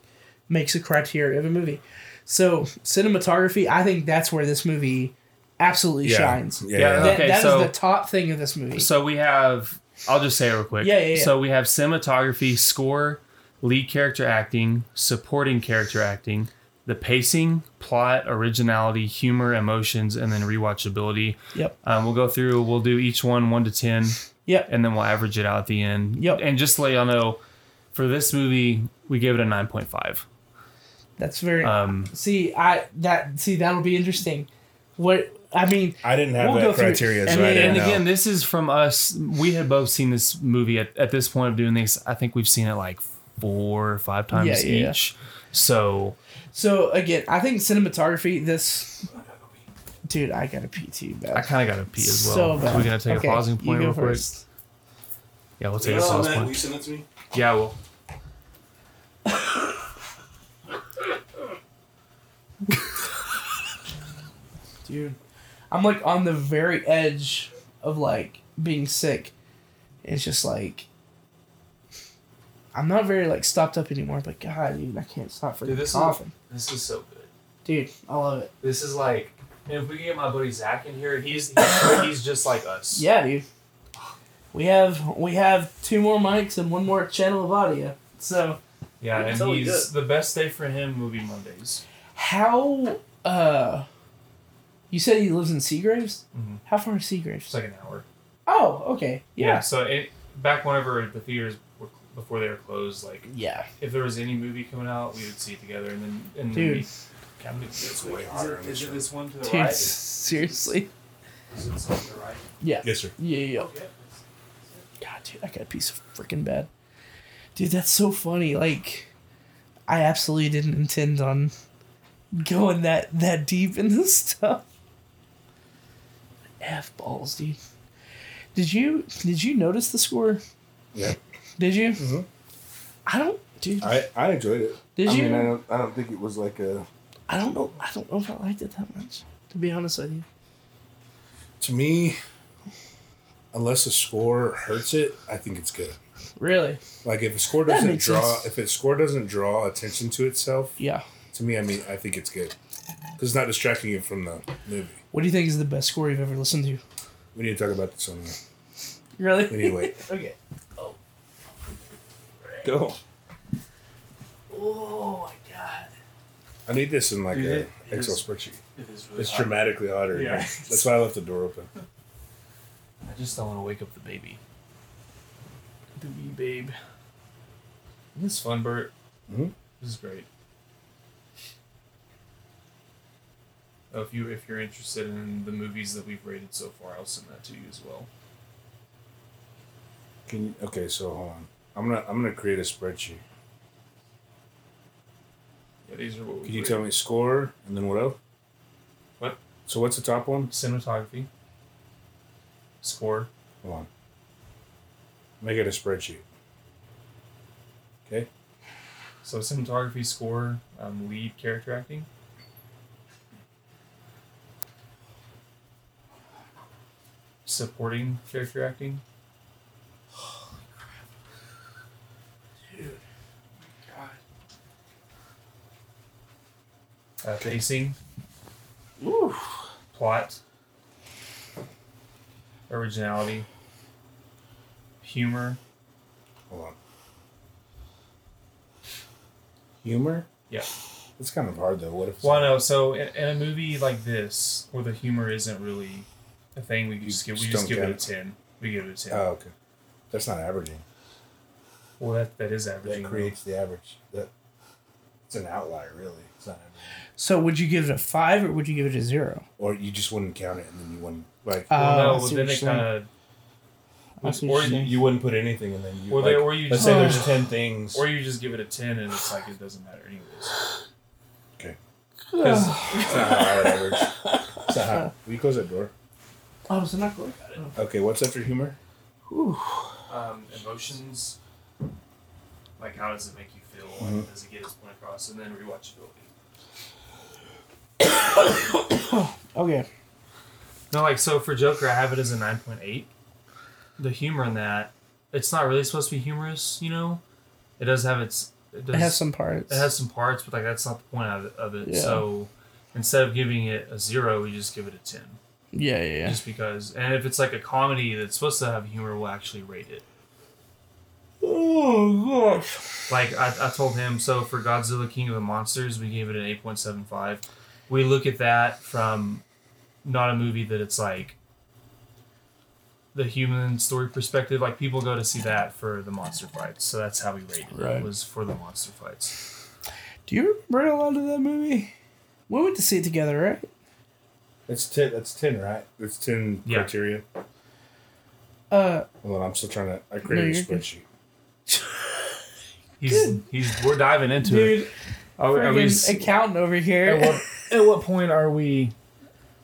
Speaker 2: makes a criteria of a movie. So cinematography, I think that's where this movie absolutely
Speaker 1: yeah.
Speaker 2: shines.
Speaker 1: Yeah.
Speaker 3: Yeah,
Speaker 2: That,
Speaker 3: Okay,
Speaker 2: that is
Speaker 3: so-
Speaker 2: the top thing of this movie.
Speaker 3: So we have. I'll just say it real quick.
Speaker 2: Yeah, yeah, yeah.
Speaker 3: So we have cinematography, score, lead character acting, supporting character acting, the pacing, plot, originality, humor, emotions, and then rewatchability.
Speaker 2: Yep.
Speaker 3: Um, we'll go through. We'll do each one one to ten,
Speaker 2: Yep.
Speaker 3: and then we'll average it out at the end.
Speaker 2: Yep.
Speaker 3: And just to let y'all know, for this movie, we gave it a nine point five.
Speaker 2: That's very.
Speaker 3: Um,
Speaker 2: see, I that see that'll be interesting. What I mean,
Speaker 1: I didn't have
Speaker 2: We'll go
Speaker 1: that
Speaker 2: through-
Speaker 1: criteria, so
Speaker 3: and
Speaker 1: I didn't
Speaker 3: and
Speaker 1: know.
Speaker 3: again, this is from us. We had both seen this movie at, at this point of doing this. I think we've seen it like four or five times
Speaker 2: Yeah, yeah, yeah.
Speaker 3: each. So
Speaker 2: so again, I think cinematography. This dude, I gotta pee too bad.
Speaker 3: I kind of got to pee as well.
Speaker 2: So bad.
Speaker 3: We're gonna take
Speaker 2: Okay,
Speaker 3: a pausing point
Speaker 2: you go
Speaker 3: real
Speaker 2: first.
Speaker 3: quick. Yeah, we'll take a pause point.
Speaker 1: send it to me?
Speaker 3: Yeah, well,
Speaker 2: dude. I'm like on the very edge of like being sick. It's just like. I'm not very like stopped up anymore, but God, dude, I can't stop for
Speaker 3: Dude, this is-
Speaker 2: coughing.
Speaker 3: this is so good.
Speaker 2: Dude, I love it.
Speaker 3: This is like if we can get my buddy Zach in here, he's he's, he's just like us.
Speaker 2: Yeah, dude. We have we have two more mics and one more channel of audio. So
Speaker 3: Yeah,
Speaker 4: It's
Speaker 3: and
Speaker 4: totally
Speaker 3: he's the best day for him would be Mondays.
Speaker 2: how uh you said he lives in Seagraves?
Speaker 3: Mhm.
Speaker 2: How far is Seagraves?
Speaker 3: It's like an hour.
Speaker 2: oh, okay. Yeah.
Speaker 3: So it back whenever the theaters were before they were closed, like
Speaker 2: Yeah.
Speaker 3: if there was any movie coming out, we would see it together, and then and
Speaker 2: Dude.
Speaker 3: then we, Captain, it's
Speaker 1: way
Speaker 3: is
Speaker 1: harder
Speaker 3: it-
Speaker 1: in
Speaker 3: Is
Speaker 1: this
Speaker 3: it this one to the
Speaker 2: Dude,
Speaker 3: right? Is
Speaker 2: seriously.
Speaker 3: it this one to the right?
Speaker 2: Yeah.
Speaker 1: Yes, sir.
Speaker 2: Yeah, yeah. yeah.
Speaker 3: Okay.
Speaker 2: God, dude, I got a piece of freaking bad. Dude, that's so funny. Like, I absolutely didn't intend on going that that deep in this stuff. F balls, dude. Did you did you notice the score?
Speaker 4: Yeah.
Speaker 2: Did you?
Speaker 1: Mhm.
Speaker 2: I don't, dude. I,
Speaker 4: I, I enjoyed it.
Speaker 2: Did
Speaker 4: I
Speaker 2: you?
Speaker 4: mean, I don't, I don't think it was like a.
Speaker 2: don't know. I don't know if I liked it that much. To be honest with you.
Speaker 1: To me, unless the score hurts it, I think it's good.
Speaker 2: Really?
Speaker 1: Like if a score
Speaker 2: That
Speaker 1: doesn't
Speaker 2: makes
Speaker 1: draw,
Speaker 2: sense.
Speaker 1: if a score doesn't draw attention to itself,
Speaker 2: Yeah.
Speaker 1: to me, I mean, I think it's good. 'Cause it's not distracting you from the movie.
Speaker 2: What do you think is the best score you've ever listened to?
Speaker 1: We need to talk about this on here.
Speaker 2: Really?
Speaker 1: We need to wait.
Speaker 2: okay.
Speaker 1: Go.
Speaker 2: Oh my god.
Speaker 1: I need this in like
Speaker 3: Dude,
Speaker 1: a
Speaker 3: it
Speaker 1: Excel
Speaker 3: is-
Speaker 1: spreadsheet.
Speaker 3: It is really
Speaker 1: It's
Speaker 3: hot.
Speaker 1: dramatically hotter.
Speaker 3: Yeah.
Speaker 1: That's why I left the door open.
Speaker 3: I just don't want to wake up the baby. The wee babe. This is fun, Bert.
Speaker 1: Mhm.
Speaker 3: This is great. Oh, if you if you're interested in the movies that we've rated so far, I'll send that to you as well.
Speaker 1: Can you, okay, so hold on. I'm gonna I'm gonna create a spreadsheet.
Speaker 3: Yeah, these are what we.
Speaker 1: Can you tell me score and then what else?
Speaker 3: What?
Speaker 1: So what's the top one?
Speaker 3: Cinematography. Score.
Speaker 1: Hold on. Make it a spreadsheet. Okay.
Speaker 3: So cinematography, score, um, lead character acting. Supporting character acting. oh Uh, pacing,
Speaker 2: Ooh.
Speaker 3: plot, originality, humor.
Speaker 1: Hold on. Humor.
Speaker 3: Yeah.
Speaker 1: It's kind of hard though. What if?
Speaker 3: Well, no. So in, in a movie like this, where the humor isn't really a thing, we
Speaker 1: You
Speaker 3: just give we
Speaker 1: just
Speaker 3: just
Speaker 1: don't
Speaker 3: give it a
Speaker 1: get
Speaker 3: ten. We give it a ten.
Speaker 1: Oh, okay. That's not averaging.
Speaker 3: well, that that is averaging.
Speaker 1: That creates the average. That it's an outlier, really. It's not averaging.
Speaker 2: So would you give it a five or would you give it a zero?
Speaker 1: Or you just wouldn't count it, and then you wouldn't like.
Speaker 2: Uh,
Speaker 3: Well,
Speaker 2: I
Speaker 3: no, but
Speaker 2: see
Speaker 3: then
Speaker 2: what
Speaker 3: it
Speaker 2: you're saying.
Speaker 3: kind
Speaker 2: I
Speaker 3: of
Speaker 2: see what
Speaker 3: or
Speaker 2: you're
Speaker 3: you,
Speaker 2: saying.
Speaker 1: you wouldn't put anything, and then you.
Speaker 3: or,
Speaker 1: like,
Speaker 3: they, or you
Speaker 1: let's
Speaker 3: just
Speaker 1: say there's ten things.
Speaker 3: or you just give it a ten, and it's like it doesn't matter anyways. 'Cause-
Speaker 1: It's not how I would average. It's not how. Will you close that door?
Speaker 2: Oh, so not good.
Speaker 1: Okay, what's after humor?
Speaker 2: Ooh.
Speaker 3: um, emotions, like how does it make you feel? Like,
Speaker 2: Mm-hmm.
Speaker 1: Mhm.
Speaker 3: Does it get its point across? And then rewatchability.
Speaker 2: Okay.
Speaker 3: No, like so for Joker, I have it as a nine point eight. The humor in that, it's not really supposed to be humorous, you know. It does have its. It, does,
Speaker 2: It has some parts.
Speaker 3: It has some parts, but like that's not the point of it. Of it.
Speaker 2: Yeah.
Speaker 3: So instead of giving it a zero, we just give it a ten,
Speaker 2: yeah, yeah, yeah.
Speaker 3: just because. And if it's like a comedy that's supposed to have humor, we'll actually rate it.
Speaker 2: Oh gosh.
Speaker 3: Like I, I told him, so for Godzilla King of the Monsters, we gave it an 8.75. We look at that from not a movie that it's like the human story perspective. Like people go to see that for the monster fights. So that's how we rated it.
Speaker 2: Right.
Speaker 3: Was for the monster fights.
Speaker 2: Do you remember a lot of that movie? We went to see it together, right?
Speaker 1: That's ten. That's ten, right? That's ten
Speaker 3: Yeah.
Speaker 1: criteria.
Speaker 2: Uh,
Speaker 1: Hold on, I'm still trying to. I created
Speaker 2: you're
Speaker 1: a
Speaker 2: good.
Speaker 1: spreadsheet.
Speaker 3: He's he's we're diving into it.
Speaker 2: dude,
Speaker 3: Are, are we, s-
Speaker 2: friggin' accountant over
Speaker 3: at,
Speaker 2: here.
Speaker 3: what, at what point are we?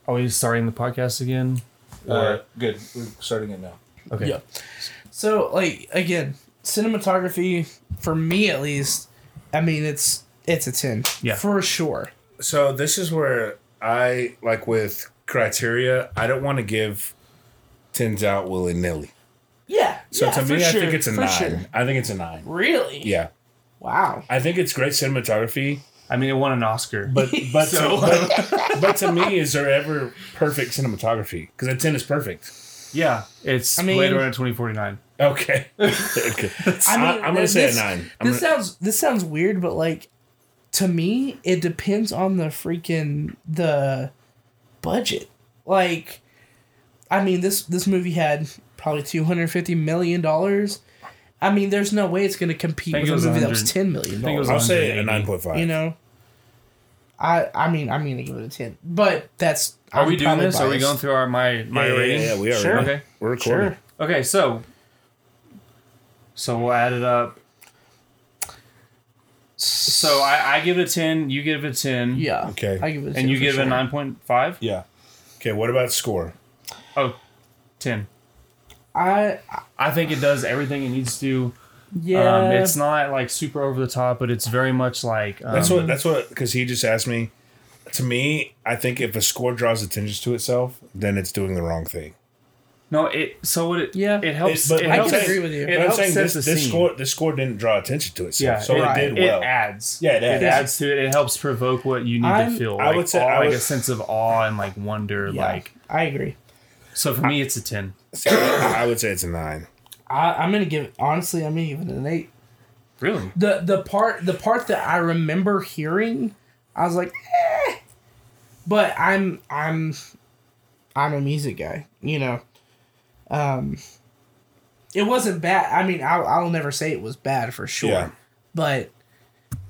Speaker 3: Are we starting the podcast again?
Speaker 1: Uh, good. We're starting it now.
Speaker 3: Okay.
Speaker 2: Yeah. So, like again, cinematography for me at least. I mean, it's it's a ten.
Speaker 3: Yeah.
Speaker 2: For sure.
Speaker 1: So this is where I like with criteria. I don't want to give tens out willy nilly.
Speaker 2: Yeah.
Speaker 1: So
Speaker 2: yeah,
Speaker 1: to
Speaker 2: for
Speaker 1: me, I
Speaker 2: sure,
Speaker 1: think it's a
Speaker 2: for
Speaker 1: nine.
Speaker 2: sure.
Speaker 1: I think it's a nine.
Speaker 2: Really?
Speaker 1: Yeah,
Speaker 2: Wow.
Speaker 1: I think it's great cinematography.
Speaker 3: I mean, it won an Oscar.
Speaker 1: But but
Speaker 3: So-
Speaker 1: but, but to me, is there ever perfect cinematography? Because a ten is perfect.
Speaker 3: yeah, it's
Speaker 2: I mean-
Speaker 3: Blade Runner 2049.
Speaker 1: Okay. okay. I uh, am gonna
Speaker 2: this,
Speaker 1: say a nine. I'm
Speaker 2: this
Speaker 1: gonna-
Speaker 2: sounds this sounds weird, but like to me, it depends on the freaking the budget. Like, I mean this this movie had probably two hundred fifty million dollars. I mean, there's no way it's gonna compete
Speaker 3: think
Speaker 2: with
Speaker 3: it
Speaker 2: a
Speaker 3: was
Speaker 2: movie that was
Speaker 3: 100.
Speaker 2: ten million
Speaker 3: I think it
Speaker 2: dollars.
Speaker 3: was
Speaker 1: I'll say a
Speaker 3: 180.
Speaker 1: nine point five.
Speaker 2: You know, I I mean I'm gonna give it a ten, but that's
Speaker 3: Are
Speaker 2: I'm
Speaker 3: we doing
Speaker 2: probably
Speaker 3: this? Are we
Speaker 2: biased.
Speaker 3: going through our my
Speaker 1: yeah,
Speaker 3: my
Speaker 1: yeah,
Speaker 3: rating?
Speaker 1: yeah, we are.
Speaker 2: Sure.
Speaker 1: Okay.
Speaker 3: Okay.
Speaker 1: We're recording.
Speaker 2: Sure.
Speaker 3: Okay, so so we'll add it up. So I, I give it a ten. You give it a ten.
Speaker 2: Yeah.
Speaker 1: Okay.
Speaker 2: I give it. A
Speaker 3: And you give it a
Speaker 2: nine.
Speaker 3: nine point five.
Speaker 1: Yeah. Okay. What about score?
Speaker 3: Oh, 10. Um,
Speaker 2: I
Speaker 3: I think it does everything it needs to.
Speaker 2: yeah.
Speaker 3: Um, it's not like super over the top, but it's very much like um,
Speaker 1: That's what. That's what. Because he just asked me. To me, I think if a score draws attention to itself, then it's doing the wrong thing.
Speaker 3: No, it so what it
Speaker 2: Yeah.
Speaker 3: it helps.
Speaker 1: It- but
Speaker 3: it
Speaker 1: I'm
Speaker 3: helps-
Speaker 1: saying-
Speaker 2: agree with you.
Speaker 3: It
Speaker 2: But
Speaker 1: But I'm
Speaker 3: helps
Speaker 1: saying
Speaker 3: set
Speaker 1: this,
Speaker 3: the
Speaker 1: this
Speaker 3: scene.
Speaker 1: score this score didn't draw attention to itself,
Speaker 3: Yeah,
Speaker 1: so
Speaker 3: it,
Speaker 1: it,
Speaker 2: right.
Speaker 1: did well.
Speaker 3: It adds.
Speaker 1: Yeah, it adds.
Speaker 3: to it. It helps provoke what you need
Speaker 2: I'm-
Speaker 3: to feel.
Speaker 1: I
Speaker 3: Like,
Speaker 1: would say-
Speaker 3: awe-
Speaker 1: I
Speaker 3: like
Speaker 1: would-
Speaker 3: a sense of awe and like wonder.
Speaker 2: yeah,
Speaker 3: Like
Speaker 2: I agree.
Speaker 3: so for me, it's a ten.
Speaker 1: I would say it's a nine.
Speaker 2: I, I'm gonna give it honestly. I'm gonna give it an eight.
Speaker 3: Really?
Speaker 2: The the part the part that I remember hearing, I was like, eh. but I'm I'm I'm a music guy, you know. Um, it wasn't bad. I mean, I'll, I'll never say it was bad for sure,
Speaker 1: Yeah.
Speaker 2: but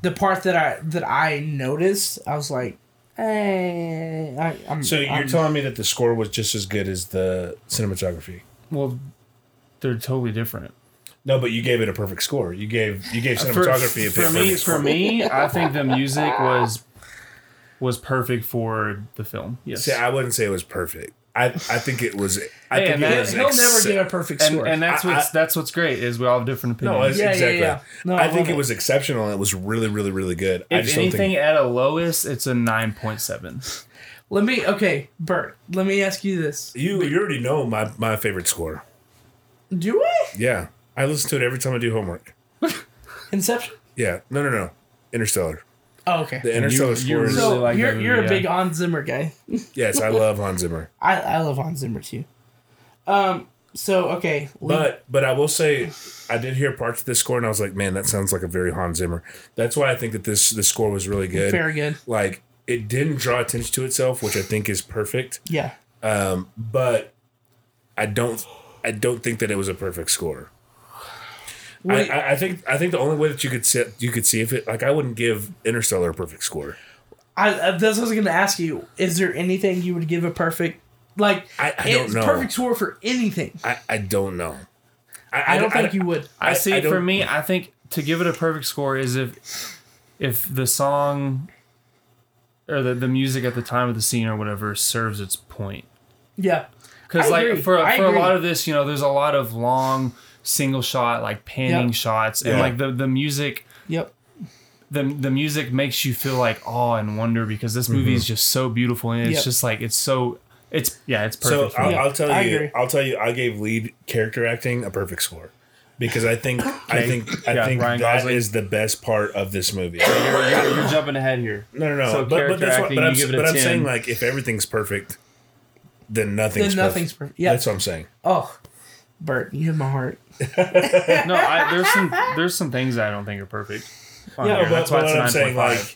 Speaker 2: the part that I that I noticed, I was like, eh. I, I'm,
Speaker 1: So you're
Speaker 2: I'm-
Speaker 1: telling me that the score was just as good as the cinematography?
Speaker 3: Well, they're totally different.
Speaker 1: No, but you gave it a perfect score. You gave you gave
Speaker 3: For,
Speaker 1: cinematography
Speaker 3: for
Speaker 1: a perfect
Speaker 3: me,
Speaker 1: score.
Speaker 3: for me, I think the music was was perfect for the film. Yes.
Speaker 1: See, I wouldn't say it was perfect. I I think it was. I
Speaker 3: Hey,
Speaker 1: think
Speaker 3: and
Speaker 1: it
Speaker 3: that-
Speaker 1: was.
Speaker 2: he'll never
Speaker 1: excel-
Speaker 2: give a perfect
Speaker 3: and,
Speaker 2: score.
Speaker 3: and that's
Speaker 1: I-
Speaker 3: what's
Speaker 1: I-
Speaker 3: that's what's great is we all have different
Speaker 1: No, it's
Speaker 3: opinions.
Speaker 2: Yeah, yeah,
Speaker 1: exactly.
Speaker 2: yeah. No,
Speaker 1: I,
Speaker 2: I
Speaker 1: think
Speaker 2: love
Speaker 1: it
Speaker 2: it.
Speaker 1: was exceptional. and It was really, really, really good. I
Speaker 3: if
Speaker 1: just
Speaker 3: anything,
Speaker 1: don't think.
Speaker 3: at a lowest, it's a nine point seven.
Speaker 2: Let me okay, Bert. Let me ask you this:
Speaker 1: You you already know my my favorite score.
Speaker 2: Do I?
Speaker 1: Yeah, I listen to it every time I do homework.
Speaker 2: Inception?
Speaker 1: Yeah, no, no, no, Interstellar.
Speaker 2: Oh, okay.
Speaker 1: The Interstellar
Speaker 3: you
Speaker 1: score is
Speaker 3: really-
Speaker 2: So
Speaker 3: like that
Speaker 2: you're
Speaker 3: movie,
Speaker 2: you're a
Speaker 3: yeah.
Speaker 2: big Hans Zimmer guy.
Speaker 1: yes. I love Hans Zimmer,
Speaker 2: I I love Hans Zimmer too. Um. So okay, Le-
Speaker 1: but but I will say I did hear parts of this score and I was like, man, that sounds like a very Hans Zimmer. That's why I think that this the score was really good.
Speaker 2: very good.
Speaker 1: Like it didn't draw attention to itself, which I think is perfect.
Speaker 2: Yeah.
Speaker 1: Um, but I don't I don't think that it was a perfect score. I,
Speaker 2: What,
Speaker 1: I, I think I think the only way that you could set you could see if it like I wouldn't give Interstellar a perfect score.
Speaker 2: I, I that's what I was gonna ask you. Is there anything you would give a perfect like?
Speaker 1: I- I don't
Speaker 2: it's
Speaker 1: know.
Speaker 2: Perfect score for anything.
Speaker 1: I, I don't know.
Speaker 2: I don't think you would.
Speaker 3: I see.
Speaker 1: I
Speaker 3: for
Speaker 1: don't-
Speaker 3: me, I think to give it a perfect score is if if the song or the, the music at the time of the scene or whatever serves its point.
Speaker 2: Yeah. I
Speaker 3: Because like
Speaker 2: agree.
Speaker 3: for
Speaker 2: I
Speaker 3: for a
Speaker 2: agree.
Speaker 3: lot of this, you know, there's a lot of long single shot like panning
Speaker 2: Yep.
Speaker 3: shots, and
Speaker 1: Yeah.
Speaker 3: like the the music.
Speaker 2: Yep.
Speaker 3: The, the music makes you feel like awe and wonder because this movie
Speaker 1: Mm-hmm.
Speaker 3: is just so beautiful and it's
Speaker 2: Yep.
Speaker 3: just like it's so it's yeah it's
Speaker 1: So uh,
Speaker 3: perfect. for
Speaker 1: I'll,
Speaker 3: me.
Speaker 2: Yeah,
Speaker 1: I'll tell
Speaker 2: I
Speaker 1: you.
Speaker 2: agree.
Speaker 1: I'll tell you. I gave lead character acting a perfect score because I think I think I
Speaker 3: Yeah,
Speaker 1: think that is
Speaker 3: Ryan Gosling.
Speaker 1: the best part of this movie.
Speaker 3: You're, you're, you're jumping ahead here.
Speaker 1: No, no, no.
Speaker 3: So
Speaker 1: but, but
Speaker 3: character
Speaker 1: that's
Speaker 3: acting,
Speaker 1: what, but, I'm,
Speaker 3: you give it a
Speaker 1: but I'm
Speaker 3: 10.
Speaker 1: saying like if everything's perfect, then nothing's
Speaker 2: Then nothing's perfect. Yeah.
Speaker 1: that's what I'm saying.
Speaker 2: Oh, Bert, you hit my heart.
Speaker 3: No, I, there's some there's some things I don't think are perfect. on
Speaker 2: Yeah,
Speaker 3: here.
Speaker 2: but-
Speaker 3: that's why
Speaker 1: but
Speaker 3: it's
Speaker 1: Oh, what I'm
Speaker 3: nine
Speaker 1: saying
Speaker 3: point
Speaker 1: like
Speaker 3: five.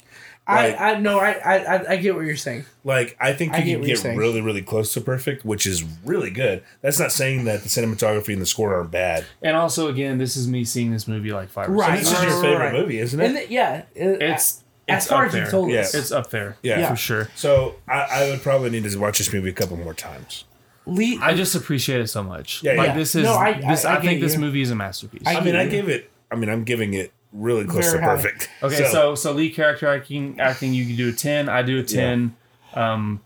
Speaker 1: Like-
Speaker 2: I I no I, I I- I get what you're saying.
Speaker 1: like I think
Speaker 2: I
Speaker 1: you
Speaker 2: get
Speaker 1: can
Speaker 2: what you're
Speaker 1: get
Speaker 2: saying.
Speaker 1: really really close to perfect, which is really good. That's not saying that the cinematography and the score aren't bad.
Speaker 3: And also, again, this is me seeing this movie like five. Or
Speaker 2: Right.
Speaker 1: This
Speaker 3: six.
Speaker 1: is
Speaker 2: Right,
Speaker 1: your
Speaker 2: right,
Speaker 1: favorite
Speaker 2: right.
Speaker 1: movie, isn't it?
Speaker 2: And it- yeah, it-
Speaker 3: It's,
Speaker 2: as
Speaker 3: it's
Speaker 2: far
Speaker 3: up
Speaker 2: as you
Speaker 3: there.
Speaker 2: told
Speaker 1: Yeah.
Speaker 2: us,
Speaker 3: it's up there.
Speaker 1: Yeah.
Speaker 3: for sure.
Speaker 1: So I, I would probably need to watch this movie a couple more times.
Speaker 2: Lee,
Speaker 3: I just appreciate it so much.
Speaker 1: Yeah,
Speaker 3: like
Speaker 1: yeah.
Speaker 3: this is.
Speaker 2: No, I-
Speaker 3: I,
Speaker 2: I-
Speaker 3: this,
Speaker 2: I
Speaker 3: I,
Speaker 2: get
Speaker 3: think this
Speaker 2: you.
Speaker 3: movie is a masterpiece.
Speaker 1: I
Speaker 2: I
Speaker 1: mean, I
Speaker 2: agree.
Speaker 1: give it. I mean, I'm giving it really close
Speaker 2: Very
Speaker 1: to
Speaker 2: high.
Speaker 1: perfect.
Speaker 3: okay, so so lead character acting, acting you can do a ten. I do a ten. Um,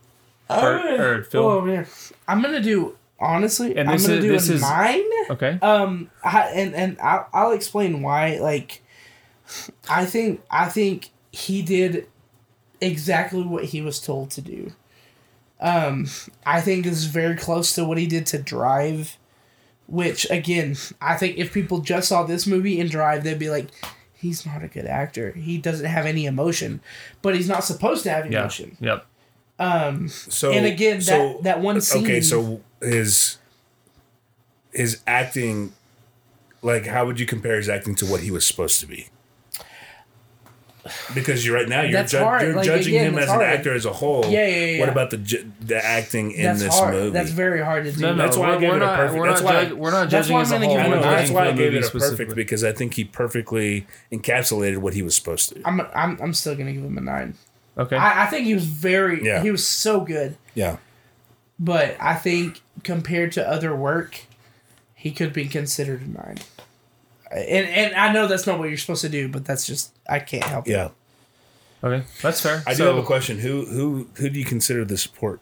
Speaker 3: Bert-
Speaker 1: Uh,
Speaker 3: or Phil.
Speaker 2: Oh, man. I'm gonna do honestly.
Speaker 3: And
Speaker 2: I'm
Speaker 3: this
Speaker 2: gonna
Speaker 3: is-
Speaker 2: do
Speaker 3: this
Speaker 2: a
Speaker 3: is-
Speaker 2: nine.
Speaker 3: Okay,
Speaker 1: uh,
Speaker 2: Um, I, and and I'll, I'll explain why. Like, I think I think he did exactly what he was told to do. Um, I think this is very close to what he did to Drive, which again, I think if people just saw this movie and Drive, they'd be like, he's not a good actor. He doesn't have any emotion, but he's not supposed to have
Speaker 3: Yeah.
Speaker 2: emotion.
Speaker 3: Yep.
Speaker 1: So
Speaker 2: And again,
Speaker 1: so-
Speaker 2: that- that one
Speaker 1: Okay,
Speaker 2: scene-
Speaker 1: so his his acting, like, how would you compare his acting to what he was supposed to be? Because you right now you're,
Speaker 2: That's
Speaker 1: ju-
Speaker 2: hard.
Speaker 1: you're
Speaker 2: Like,
Speaker 1: judging
Speaker 2: again,
Speaker 1: him as
Speaker 2: that's
Speaker 1: an
Speaker 2: hard.
Speaker 1: actor as a whole.
Speaker 2: Yeah, yeah, yeah,
Speaker 1: What
Speaker 2: yeah.
Speaker 1: about the ju- the acting in
Speaker 2: That's
Speaker 1: this
Speaker 2: hard.
Speaker 1: movie?
Speaker 2: That's very hard to do.
Speaker 3: No, no,
Speaker 1: That's why I
Speaker 3: we're,
Speaker 1: gave
Speaker 3: we're
Speaker 1: it a
Speaker 3: not,
Speaker 1: perfect-
Speaker 3: We're
Speaker 1: that's
Speaker 3: not,
Speaker 1: why-
Speaker 3: judg- we're not
Speaker 2: that's
Speaker 3: judging
Speaker 2: why
Speaker 3: as a
Speaker 2: I'm gonna
Speaker 3: whole.
Speaker 2: give
Speaker 1: I
Speaker 2: it
Speaker 1: know,
Speaker 3: We're
Speaker 2: a
Speaker 3: judging
Speaker 1: that's why I
Speaker 3: the
Speaker 1: gave
Speaker 3: movie
Speaker 1: it a perfect
Speaker 3: specifically.
Speaker 1: because I think he perfectly encapsulated what he was supposed to.
Speaker 2: I'm, I'm I'm still gonna give him a nine.
Speaker 3: Okay.
Speaker 2: I, I think he was very
Speaker 1: Yeah.
Speaker 2: he was so good,
Speaker 1: Yeah.
Speaker 2: but I think compared to other work, he could be considered a nine. And and I know that's not what you're supposed to do, but that's just I can't help it.
Speaker 1: Yeah.
Speaker 3: okay. That's fair.
Speaker 1: I do
Speaker 3: so
Speaker 1: have a question. Who who who do you consider the support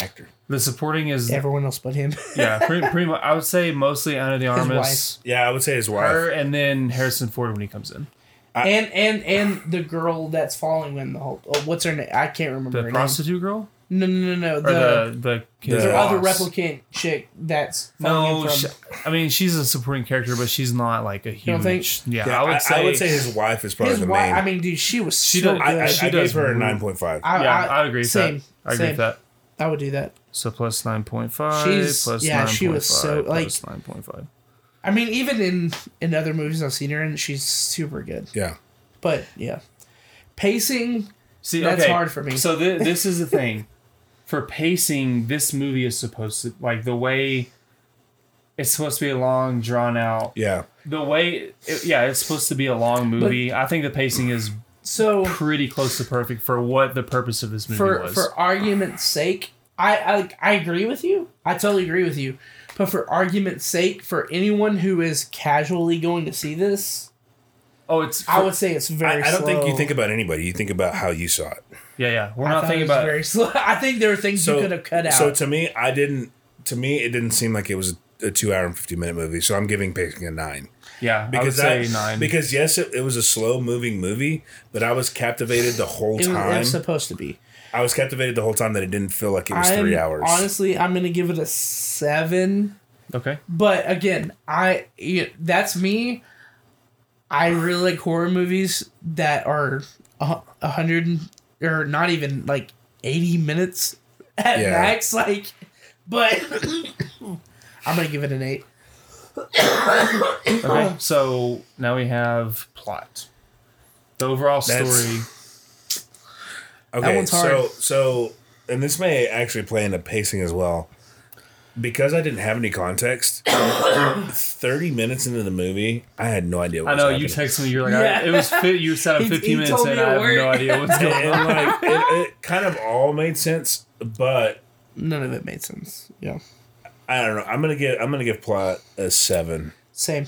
Speaker 1: actor?
Speaker 3: The supporting is
Speaker 2: Everyone else but him.
Speaker 3: yeah, pretty, pretty much. I would say mostly Ana de Armas,
Speaker 1: Yeah, I would say his wife.
Speaker 3: her, and then Harrison Ford when he comes in.
Speaker 2: and and and the girl that's following him the whole oh, what's her name? I can't remember
Speaker 3: The
Speaker 2: her
Speaker 3: prostitute girl
Speaker 2: name. No no no no
Speaker 3: or
Speaker 2: the,
Speaker 3: the the,
Speaker 1: the
Speaker 3: kid's
Speaker 2: the other
Speaker 1: boss.
Speaker 2: replicant chick that's following
Speaker 3: No,
Speaker 2: him from,
Speaker 3: sh I mean she's a supporting character, but she's not like a
Speaker 2: don't
Speaker 3: huge.
Speaker 2: think-
Speaker 3: yeah,
Speaker 1: Yeah,
Speaker 3: I would say.
Speaker 1: his wife is probably
Speaker 2: his
Speaker 1: the
Speaker 2: wife.
Speaker 1: main.
Speaker 2: I mean, dude, she was
Speaker 3: She
Speaker 2: so
Speaker 3: don't-
Speaker 2: good.
Speaker 1: I, I,
Speaker 3: she
Speaker 1: I
Speaker 3: does
Speaker 1: gave her a
Speaker 3: move.
Speaker 1: nine point five.
Speaker 3: yeah, I, would agree with
Speaker 2: same,
Speaker 3: that. I agree
Speaker 2: same.
Speaker 3: with that.
Speaker 2: I would do that.
Speaker 3: So plus nine point five.
Speaker 2: She's-
Speaker 3: plus
Speaker 2: yeah, she was
Speaker 3: 9.5,
Speaker 2: so, like-
Speaker 3: plus nine point five.
Speaker 2: I mean, even in in other movies I've seen her in, she's super good.
Speaker 1: Yeah,
Speaker 2: But yeah, pacing.
Speaker 3: See,
Speaker 2: That's
Speaker 3: okay,
Speaker 2: hard for me.
Speaker 3: So thi- this is the thing. for pacing, this movie is supposed to like the way it's supposed to be a long, drawn out.
Speaker 1: yeah.
Speaker 3: The way, it, yeah, it's supposed to be a long movie. I think the pacing is
Speaker 2: So
Speaker 3: pretty close to perfect for what the purpose of this movie
Speaker 2: for
Speaker 3: was.
Speaker 2: for argument's sake, I, I I agree with you. I totally agree with you. But for argument's sake, for anyone who is casually going to see this,
Speaker 3: oh, it's
Speaker 2: I
Speaker 3: for-
Speaker 2: would say it's
Speaker 1: I,
Speaker 2: very.
Speaker 1: I don't think you
Speaker 2: slow.
Speaker 1: think about anybody. You think about how you saw it.
Speaker 3: yeah, yeah. We're
Speaker 2: I
Speaker 3: not
Speaker 2: thought
Speaker 3: thinking
Speaker 2: it was
Speaker 3: about
Speaker 2: very slow. I think there are things
Speaker 1: So
Speaker 2: you could have cut out.
Speaker 1: So to me, I didn't. To me, it didn't seem like it was a, a two hour and fifty minute movie. So I'm giving pacing a nine
Speaker 3: yeah.
Speaker 1: because
Speaker 3: I would
Speaker 1: that-
Speaker 3: say nine.
Speaker 1: Because yes, it, it was a slow moving movie, but I was captivated the whole
Speaker 2: it, was, it
Speaker 1: time.
Speaker 2: was supposed to be.
Speaker 1: I was captivated the whole time that it didn't feel like it was
Speaker 2: I'm-
Speaker 1: three hours.
Speaker 2: Honestly, I'm gonna give it a seven.
Speaker 3: okay,
Speaker 2: But again, I you- that's me. I really like horror movies that are a hu- a hundred and- or not even like eighty minutes at
Speaker 1: Yeah.
Speaker 2: max. Like, but I'm gonna give it an eight. Oh.
Speaker 3: okay. So now we have plot. The overall
Speaker 1: That's-
Speaker 3: story.
Speaker 1: Okay,
Speaker 2: one's
Speaker 1: so
Speaker 2: hard.
Speaker 1: so and this may actually play into pacing as well. Because I didn't have any context, thirty minutes into the movie, I had no idea. What
Speaker 3: I
Speaker 1: was
Speaker 3: know
Speaker 1: happening.
Speaker 3: you texted me. You're like,
Speaker 2: Yeah.
Speaker 3: I, it was fit. You said
Speaker 2: He-
Speaker 3: it 15
Speaker 2: he
Speaker 3: minutes,
Speaker 2: told
Speaker 3: and
Speaker 2: me
Speaker 3: I
Speaker 2: to
Speaker 3: have
Speaker 2: work.
Speaker 3: no idea what's going on.
Speaker 1: and like it, it kind of all made sense, but
Speaker 2: None of it made sense. Yeah,
Speaker 1: I don't know. I'm gonna get I'm gonna give plot a seven.
Speaker 2: same.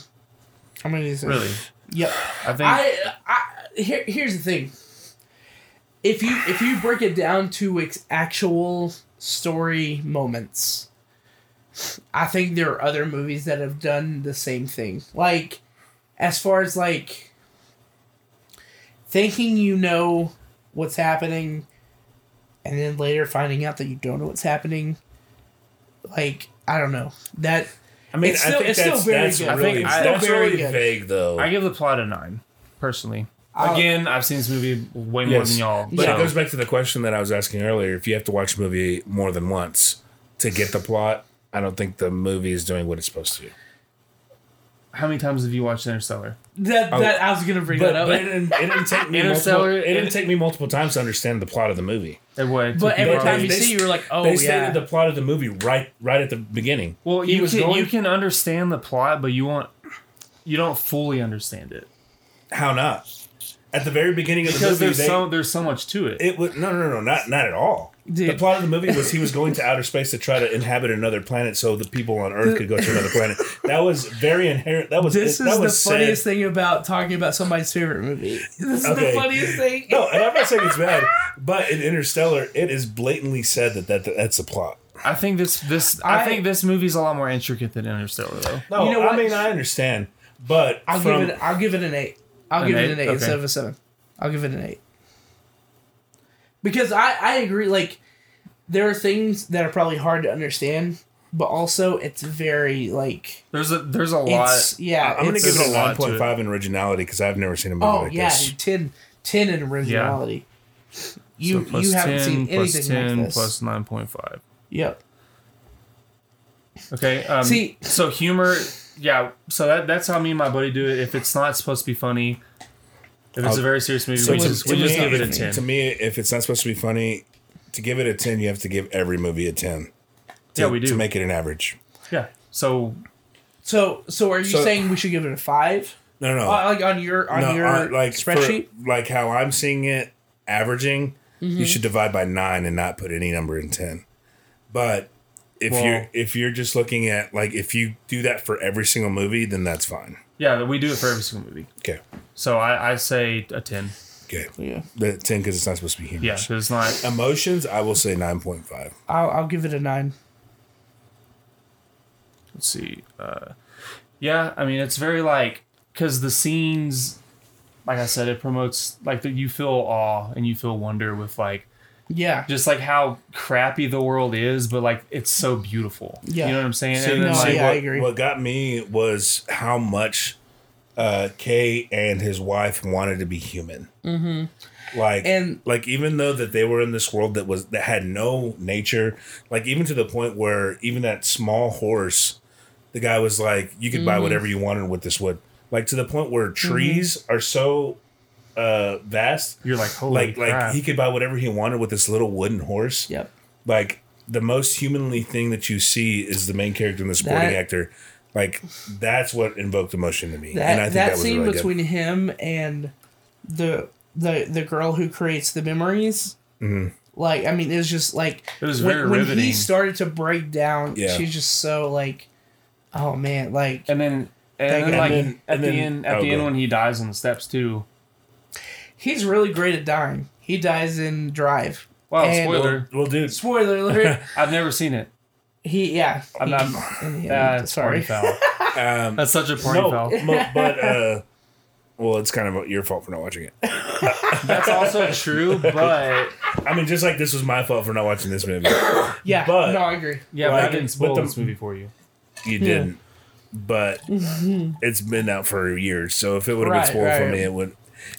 Speaker 2: I'm gonna do the same.
Speaker 3: Really,
Speaker 2: Yep.
Speaker 3: I think.
Speaker 2: I, I here, here's the thing. If you if you break it down to its actual story moments, I think there are other movies that have done the same thing. Like, as far as like thinking you know what's happening, and then later finding out that you don't know what's happening. Like I don't know that.
Speaker 1: I mean,
Speaker 2: It's
Speaker 1: I
Speaker 2: still-
Speaker 1: think
Speaker 2: it's still
Speaker 1: that's
Speaker 2: very
Speaker 1: that's
Speaker 2: good.
Speaker 3: I think
Speaker 1: really
Speaker 3: it's still
Speaker 1: that's
Speaker 2: very
Speaker 1: really
Speaker 2: good.
Speaker 1: vague though.
Speaker 3: I give the plot a nine, personally.
Speaker 2: I'll-
Speaker 3: Again, I've seen this movie way more
Speaker 1: Yes.
Speaker 3: than y'all.
Speaker 1: But
Speaker 3: so-
Speaker 1: it goes back to the question that I was asking earlier. If you have to watch a movie more than once to get the plot, I don't think the movie is doing what it's supposed to. do.
Speaker 3: how many times have you watched Interstellar?
Speaker 2: That, that I was gonna bring
Speaker 1: Oh. But,
Speaker 2: that up.
Speaker 1: but it, didn't, it didn't take me multiple,
Speaker 3: Interstellar-
Speaker 1: it didn't take me multiple times to understand the plot of the movie.
Speaker 3: It would.
Speaker 2: But every
Speaker 1: They-
Speaker 2: time you
Speaker 1: they-
Speaker 2: see, it, you're like, oh
Speaker 1: they
Speaker 2: yeah.
Speaker 1: stated the plot of the movie right right at the beginning.
Speaker 3: well,
Speaker 1: he
Speaker 3: you
Speaker 1: was
Speaker 3: can,
Speaker 1: going-
Speaker 3: you can understand the plot, but you won't. You don't fully understand it
Speaker 1: How not? At the very beginning of the
Speaker 3: because
Speaker 1: movie,
Speaker 3: there's
Speaker 1: they-
Speaker 3: so there's so much to it.
Speaker 1: it was no, no, no, no, not not at all. The
Speaker 2: Dude.
Speaker 1: plot of the movie was he was going to outer space to try to inhabit another planet so the people on Earth could go to another planet. That was very inherent. That was
Speaker 2: This
Speaker 1: that
Speaker 2: is the
Speaker 1: was said-
Speaker 2: funniest thing about talking about somebody's favorite movie. This is
Speaker 1: Okay.
Speaker 2: the funniest thing.
Speaker 1: No, and I'm not saying it's bad, but in Interstellar, it is blatantly said that, that that's the plot.
Speaker 3: I think this this I,
Speaker 2: I-
Speaker 3: think this movie's a lot more intricate than Interstellar though.
Speaker 1: No,
Speaker 2: You know
Speaker 1: I
Speaker 2: what?
Speaker 1: mean I understand, but
Speaker 2: I'll
Speaker 1: from,
Speaker 2: give it. I'll give it an eight. I'll
Speaker 3: An
Speaker 2: give
Speaker 3: eight?
Speaker 2: it an eight
Speaker 3: Okay.
Speaker 2: instead of a seven. I'll give it an eight. Because I I agree. Like there are things that are probably hard to understand, but also it's very like
Speaker 3: There's a there's a lot.
Speaker 2: it's yeah.
Speaker 1: I'm gonna
Speaker 2: it's-
Speaker 1: give it a
Speaker 3: There's a lot to
Speaker 1: 1.5 in originality because I've never seen a movie
Speaker 2: Oh
Speaker 1: like
Speaker 2: yeah,
Speaker 1: this.
Speaker 2: dude, 10, 10 in originality. You
Speaker 3: so plus
Speaker 2: you haven't
Speaker 3: 10,
Speaker 2: seen
Speaker 3: plus
Speaker 2: anything like this.
Speaker 3: plus nine point five.
Speaker 2: Yep.
Speaker 3: Okay. Um,
Speaker 2: See-
Speaker 3: so humor, yeah. So that that's how me and my buddy do it. If it's not supposed to be funny, if it's a very serious movie,
Speaker 1: So
Speaker 3: we
Speaker 1: to-
Speaker 3: just
Speaker 1: to
Speaker 3: we just
Speaker 1: me,
Speaker 3: give it a
Speaker 1: if-
Speaker 3: ten.
Speaker 1: To me, if it's not supposed to be funny, to give it a ten, you have to give every movie a ten. To,
Speaker 3: Yeah, we do.
Speaker 1: to make it an average.
Speaker 3: yeah. So
Speaker 2: So so are you
Speaker 1: So-
Speaker 2: saying we should give it a five?
Speaker 1: No, no,
Speaker 2: Uh, like on your on
Speaker 1: no.
Speaker 2: your
Speaker 1: uh, like for-
Speaker 2: spreadsheet? Mm-hmm.
Speaker 1: like how I'm seeing it, averaging, you should divide by nine and not put any number in ten. But if
Speaker 3: Well-
Speaker 1: you're if you're just looking at like if you do that for every single movie, then that's fine.
Speaker 3: yeah, we do it for every single movie.
Speaker 1: Okay,
Speaker 3: So I, I say a ten.
Speaker 1: okay,
Speaker 2: yeah.
Speaker 1: the ten because it's not supposed to be humorous.
Speaker 3: Yeah, 'cause it's not.
Speaker 1: Um, Emotions, I will say nine point five.
Speaker 2: I'll I'll give it a nine.
Speaker 3: let's see uh yeah i mean it's very like because the scenes like i said it promotes like that you feel awe and you feel wonder with like
Speaker 2: Yeah.
Speaker 3: just like how crappy the world is but like it's so beautiful
Speaker 2: Yeah.
Speaker 3: you know what i'm saying
Speaker 1: So,
Speaker 3: and then
Speaker 2: No,
Speaker 3: like
Speaker 2: yeah,
Speaker 1: what,
Speaker 2: I agree.
Speaker 1: What got me was how much uh, Kay and his wife wanted to be human. Mm-hmm. Like,
Speaker 2: And-
Speaker 1: like even though that they were in this world that was that had no nature, like even to the point where even that small horse, the guy was like, "You could buy
Speaker 3: Mm-hmm.
Speaker 1: whatever you wanted with this wood." Like to the point where trees are so uh, vast,
Speaker 3: you're like holy
Speaker 1: like like
Speaker 3: crap.
Speaker 1: he could buy whatever he wanted with this little wooden horse
Speaker 2: Yep.
Speaker 1: like the most humanly thing that you see is the main character and the sporting
Speaker 2: That-
Speaker 1: actor. Like that's what invoked emotion to me,
Speaker 2: That
Speaker 1: and I think that,
Speaker 2: that,
Speaker 1: was
Speaker 2: scene
Speaker 1: really
Speaker 2: between him and the the the girl who creates the memories.
Speaker 1: Mm-hmm.
Speaker 2: Like I mean, it was just like
Speaker 3: It was
Speaker 2: when,
Speaker 3: very
Speaker 2: when he
Speaker 3: riveting.
Speaker 2: started to break down.
Speaker 1: Yeah.
Speaker 2: she's just so like, oh man, like
Speaker 3: and then and
Speaker 2: And
Speaker 3: then like
Speaker 1: then-
Speaker 3: at
Speaker 1: and
Speaker 3: the
Speaker 1: then-
Speaker 3: end at
Speaker 1: oh,
Speaker 3: the
Speaker 1: go
Speaker 3: end
Speaker 1: ahead.
Speaker 3: when he dies on the steps too
Speaker 2: he's really great at dying. He dies in Drive.
Speaker 3: wow
Speaker 2: And-
Speaker 3: spoiler
Speaker 1: good. Well, dude,
Speaker 2: Spoiler alert.
Speaker 3: i've never seen it
Speaker 2: he yeah.
Speaker 3: I'm
Speaker 2: he-
Speaker 3: not- uh,
Speaker 2: in the end,
Speaker 3: that's
Speaker 2: sorry.
Speaker 3: foul.
Speaker 1: um,
Speaker 3: that's such a party
Speaker 1: no,
Speaker 3: foul
Speaker 1: mo- but uh, well, it's kind of your fault for not watching it.
Speaker 3: that's also true but
Speaker 1: I mean, just like this was my fault for not watching this movie.
Speaker 2: Yeah.
Speaker 1: but-
Speaker 2: no, I agree.
Speaker 3: yeah but i
Speaker 1: Like,
Speaker 3: didn't
Speaker 1: but
Speaker 3: spoil
Speaker 1: the-
Speaker 3: this movie for you
Speaker 1: You didn't, but it's been out for years. So if it would have
Speaker 2: Right,
Speaker 1: been spoiled for
Speaker 2: right.
Speaker 1: me, it would.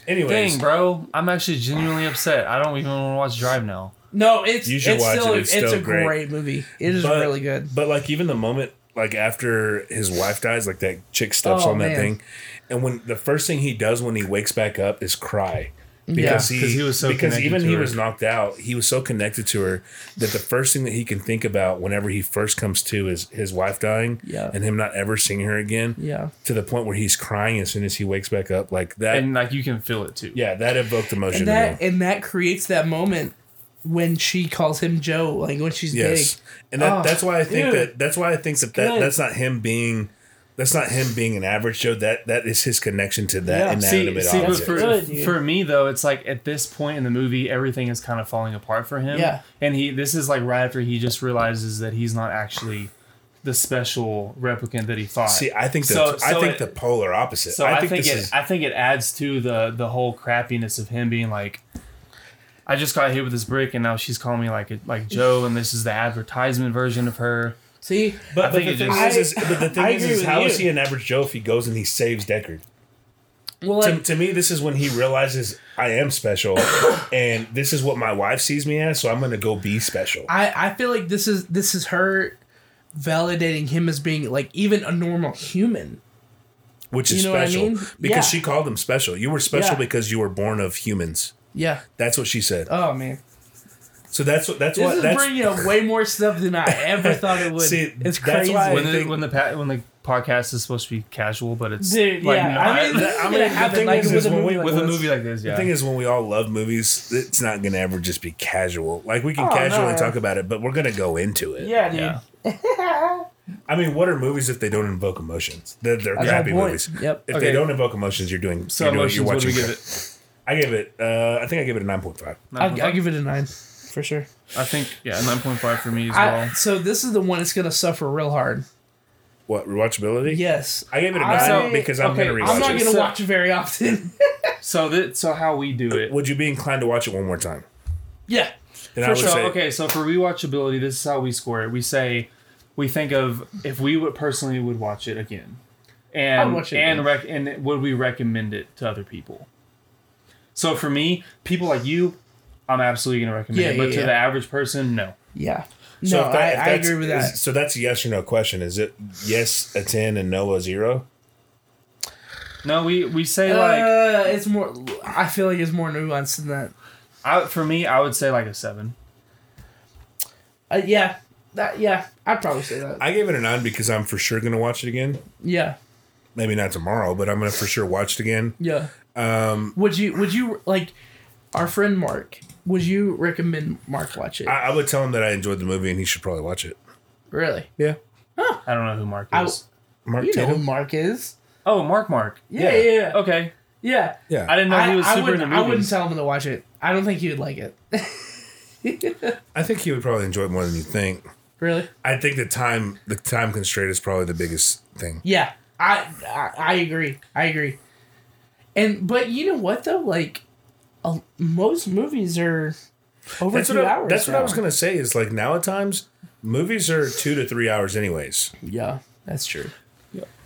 Speaker 1: Anyways,
Speaker 3: Dang, bro. I'm actually genuinely upset. I don't even want to watch Drive now.
Speaker 2: No, it's
Speaker 1: You should
Speaker 2: it's
Speaker 1: watch
Speaker 2: still
Speaker 1: it.
Speaker 2: it's,
Speaker 1: It's
Speaker 2: a
Speaker 1: still
Speaker 2: great.
Speaker 1: great.
Speaker 2: movie. It is
Speaker 1: But-
Speaker 2: really good.
Speaker 1: But like even the moment like after his wife dies, like that chick steps
Speaker 2: Oh,
Speaker 1: on that
Speaker 2: man.
Speaker 1: thing, and when the first thing he does when he wakes back up is cry. Because
Speaker 2: Yeah.
Speaker 1: he,
Speaker 3: 'Cause he was so
Speaker 1: because
Speaker 3: connected
Speaker 1: even
Speaker 3: to
Speaker 1: he
Speaker 3: her.
Speaker 1: was knocked out, he was so connected to her that the first thing that he can think about whenever he first comes to is his wife dying
Speaker 2: Yeah.
Speaker 1: and him not ever seeing her again.
Speaker 2: Yeah.
Speaker 1: To the point where he's crying as soon as he wakes back up. Like that
Speaker 3: And like you can feel it too.
Speaker 1: yeah, that evoked emotion in
Speaker 2: And
Speaker 1: me.
Speaker 2: that and that creates that moment when she calls him Joe, like when she's
Speaker 1: Yes,
Speaker 2: big.
Speaker 1: and that,
Speaker 2: Oh,
Speaker 1: that's why I think
Speaker 2: dude.
Speaker 1: that that's why I think that, that
Speaker 2: good.
Speaker 1: that's not him being that's not him being an average Joe. That that is his connection to that
Speaker 2: Yeah.
Speaker 3: See,
Speaker 1: inanimate
Speaker 3: see but
Speaker 1: object.
Speaker 3: for,
Speaker 2: Good, dude.
Speaker 3: for me though, it's like at this point in the movie, everything is kind of falling apart for him.
Speaker 2: Yeah.
Speaker 3: And he this is like right after he just realizes that he's not actually the special replicant that he thought.
Speaker 1: see, I think the,
Speaker 3: So-
Speaker 1: I
Speaker 3: so
Speaker 1: think
Speaker 3: it-
Speaker 1: the polar opposite.
Speaker 3: so I think,
Speaker 1: this
Speaker 3: it
Speaker 1: is
Speaker 3: I think it adds to the the whole crappiness of him being like I just got hit with this brick and now she's calling me like like Joe and this is the advertisement version of her.
Speaker 2: See?
Speaker 1: but,
Speaker 3: I
Speaker 1: but
Speaker 3: think
Speaker 1: the
Speaker 3: it
Speaker 1: thing
Speaker 2: just-
Speaker 1: is, is but the thing
Speaker 2: I
Speaker 1: is,
Speaker 2: agree
Speaker 1: is
Speaker 2: with
Speaker 1: how
Speaker 2: you.
Speaker 1: is he an average Joe if he goes and he saves Deckard?
Speaker 2: Well
Speaker 1: To,
Speaker 2: like,
Speaker 1: to me, this is when he realizes I am special, and this is what my wife sees me as. So I'm going to go be special.
Speaker 2: I, I feel like this is this is her validating him as being like even a normal human.
Speaker 1: which
Speaker 2: You
Speaker 1: is
Speaker 2: know what I
Speaker 1: special
Speaker 2: mean?
Speaker 1: because
Speaker 2: Yeah.
Speaker 1: she called him special. You were special
Speaker 2: Yeah.
Speaker 1: because you were born of humans.
Speaker 2: Yeah.
Speaker 1: That's what she said.
Speaker 2: Oh man.
Speaker 1: So that's what that's
Speaker 2: This
Speaker 1: what
Speaker 2: is
Speaker 1: that's
Speaker 2: bringing up way more stuff than I ever thought it would.
Speaker 1: See, that's
Speaker 2: it's crazy.
Speaker 1: why-
Speaker 3: when
Speaker 1: I
Speaker 3: the,
Speaker 1: think-
Speaker 3: when the pa- when the podcast is supposed to be casual, but it's
Speaker 2: Dude,
Speaker 3: like,
Speaker 2: yeah.
Speaker 3: no,
Speaker 2: I mean, this is
Speaker 3: I-
Speaker 1: I mean,
Speaker 2: gonna
Speaker 1: the
Speaker 2: happen
Speaker 1: thing
Speaker 2: like
Speaker 1: is,
Speaker 2: with
Speaker 1: is
Speaker 2: a
Speaker 1: when we-
Speaker 2: movie like
Speaker 3: with a
Speaker 2: this.
Speaker 3: movie like this, yeah.
Speaker 1: The thing is, when we all love movies, it's not going to ever just be casual. Like we can
Speaker 2: Oh,
Speaker 1: casually
Speaker 2: no.
Speaker 1: talk about it, but we're going to go into it.
Speaker 2: Yeah, dude.
Speaker 3: yeah.
Speaker 1: I mean, what are movies if they don't invoke emotions? They're, they're
Speaker 2: That's my
Speaker 1: crappy
Speaker 2: point.
Speaker 1: movies.
Speaker 2: Yep.
Speaker 1: If
Speaker 3: Okay.
Speaker 1: they don't invoke emotions, you're doing.
Speaker 3: So
Speaker 1: you're, doing,
Speaker 3: emotions,
Speaker 1: you're
Speaker 3: what do
Speaker 1: watching.
Speaker 3: we give
Speaker 1: crap.
Speaker 3: it?
Speaker 1: I give it. Uh, I think I give it a nine point five.
Speaker 2: I'll, I'll give it a nine for sure.
Speaker 3: I think yeah, nine point five for me as
Speaker 2: I,
Speaker 3: well.
Speaker 2: so this is the one that's gonna suffer real hard.
Speaker 1: What rewatchability?
Speaker 2: Yes,
Speaker 1: I gave it a
Speaker 2: I-
Speaker 1: nine
Speaker 2: so-
Speaker 1: because I'm
Speaker 3: okay,
Speaker 1: going to rewatch
Speaker 2: I'm not
Speaker 1: it.
Speaker 2: gonna
Speaker 3: So-
Speaker 2: watch it very often.
Speaker 3: so that so how we do it.
Speaker 1: Would you be inclined to watch it one more time?
Speaker 2: yeah,
Speaker 1: Then I
Speaker 3: For
Speaker 1: would
Speaker 3: sure.
Speaker 1: say
Speaker 3: okay, so for rewatchability, this is how we score it. We say. we think of if we would personally would watch it again, and
Speaker 2: I'd watch it
Speaker 3: and
Speaker 2: again.
Speaker 3: rec- and would we recommend it to other people? So for me, people like you, I'm absolutely gonna recommend
Speaker 2: Yeah,
Speaker 3: it. But
Speaker 2: yeah,
Speaker 3: to
Speaker 2: yeah.
Speaker 3: the average person, no.
Speaker 2: Yeah. No,
Speaker 1: So if that- if
Speaker 2: I, I
Speaker 1: that's-
Speaker 2: agree with that.
Speaker 1: is- so that's a yes or no question. Is it yes a ten and no a zero?
Speaker 3: No, we we say like
Speaker 2: uh, it's more. I feel like it's more nuanced than that.
Speaker 3: I, for me, I would say like a seven.
Speaker 2: Uh, yeah. That. Yeah. I'd probably say that.
Speaker 1: I gave it a nine because I'm for sure gonna watch it again.
Speaker 2: yeah.
Speaker 1: Maybe not tomorrow, but I'm gonna for sure watch it again.
Speaker 2: Yeah. Um. Would you? Would you like our friend Mark? Would you recommend Mark watch it?
Speaker 1: I, I would tell him that I enjoyed the movie and he should probably watch it.
Speaker 2: really?
Speaker 1: Yeah,
Speaker 3: I don't know who Mark
Speaker 2: I-
Speaker 3: is.
Speaker 1: Mark
Speaker 2: You know who
Speaker 1: Tatum.
Speaker 2: Mark is?
Speaker 3: oh, Mark, Mark.
Speaker 2: Yeah.
Speaker 1: Yeah.
Speaker 2: Yeah. Yeah.
Speaker 3: Okay,
Speaker 2: yeah.
Speaker 1: Yeah,
Speaker 3: I didn't know
Speaker 2: I,
Speaker 3: Oh. he was
Speaker 2: I
Speaker 3: super
Speaker 2: wouldn't,
Speaker 3: into
Speaker 2: I
Speaker 3: movies.
Speaker 2: wouldn't tell him to watch it. I don't think he would like it.
Speaker 1: I think he would probably enjoy it more than you think.
Speaker 2: really?
Speaker 1: I think the time the time constraint is probably the biggest thing.
Speaker 2: Yeah, I, I I agree. I agree. And but you know what though, like uh, most movies are over
Speaker 1: That's
Speaker 2: two
Speaker 1: what I,
Speaker 2: hours.
Speaker 1: that's what I
Speaker 2: now.
Speaker 1: was gonna say. Is like now at times movies are two to three hours anyways.
Speaker 2: Yeah, that's true.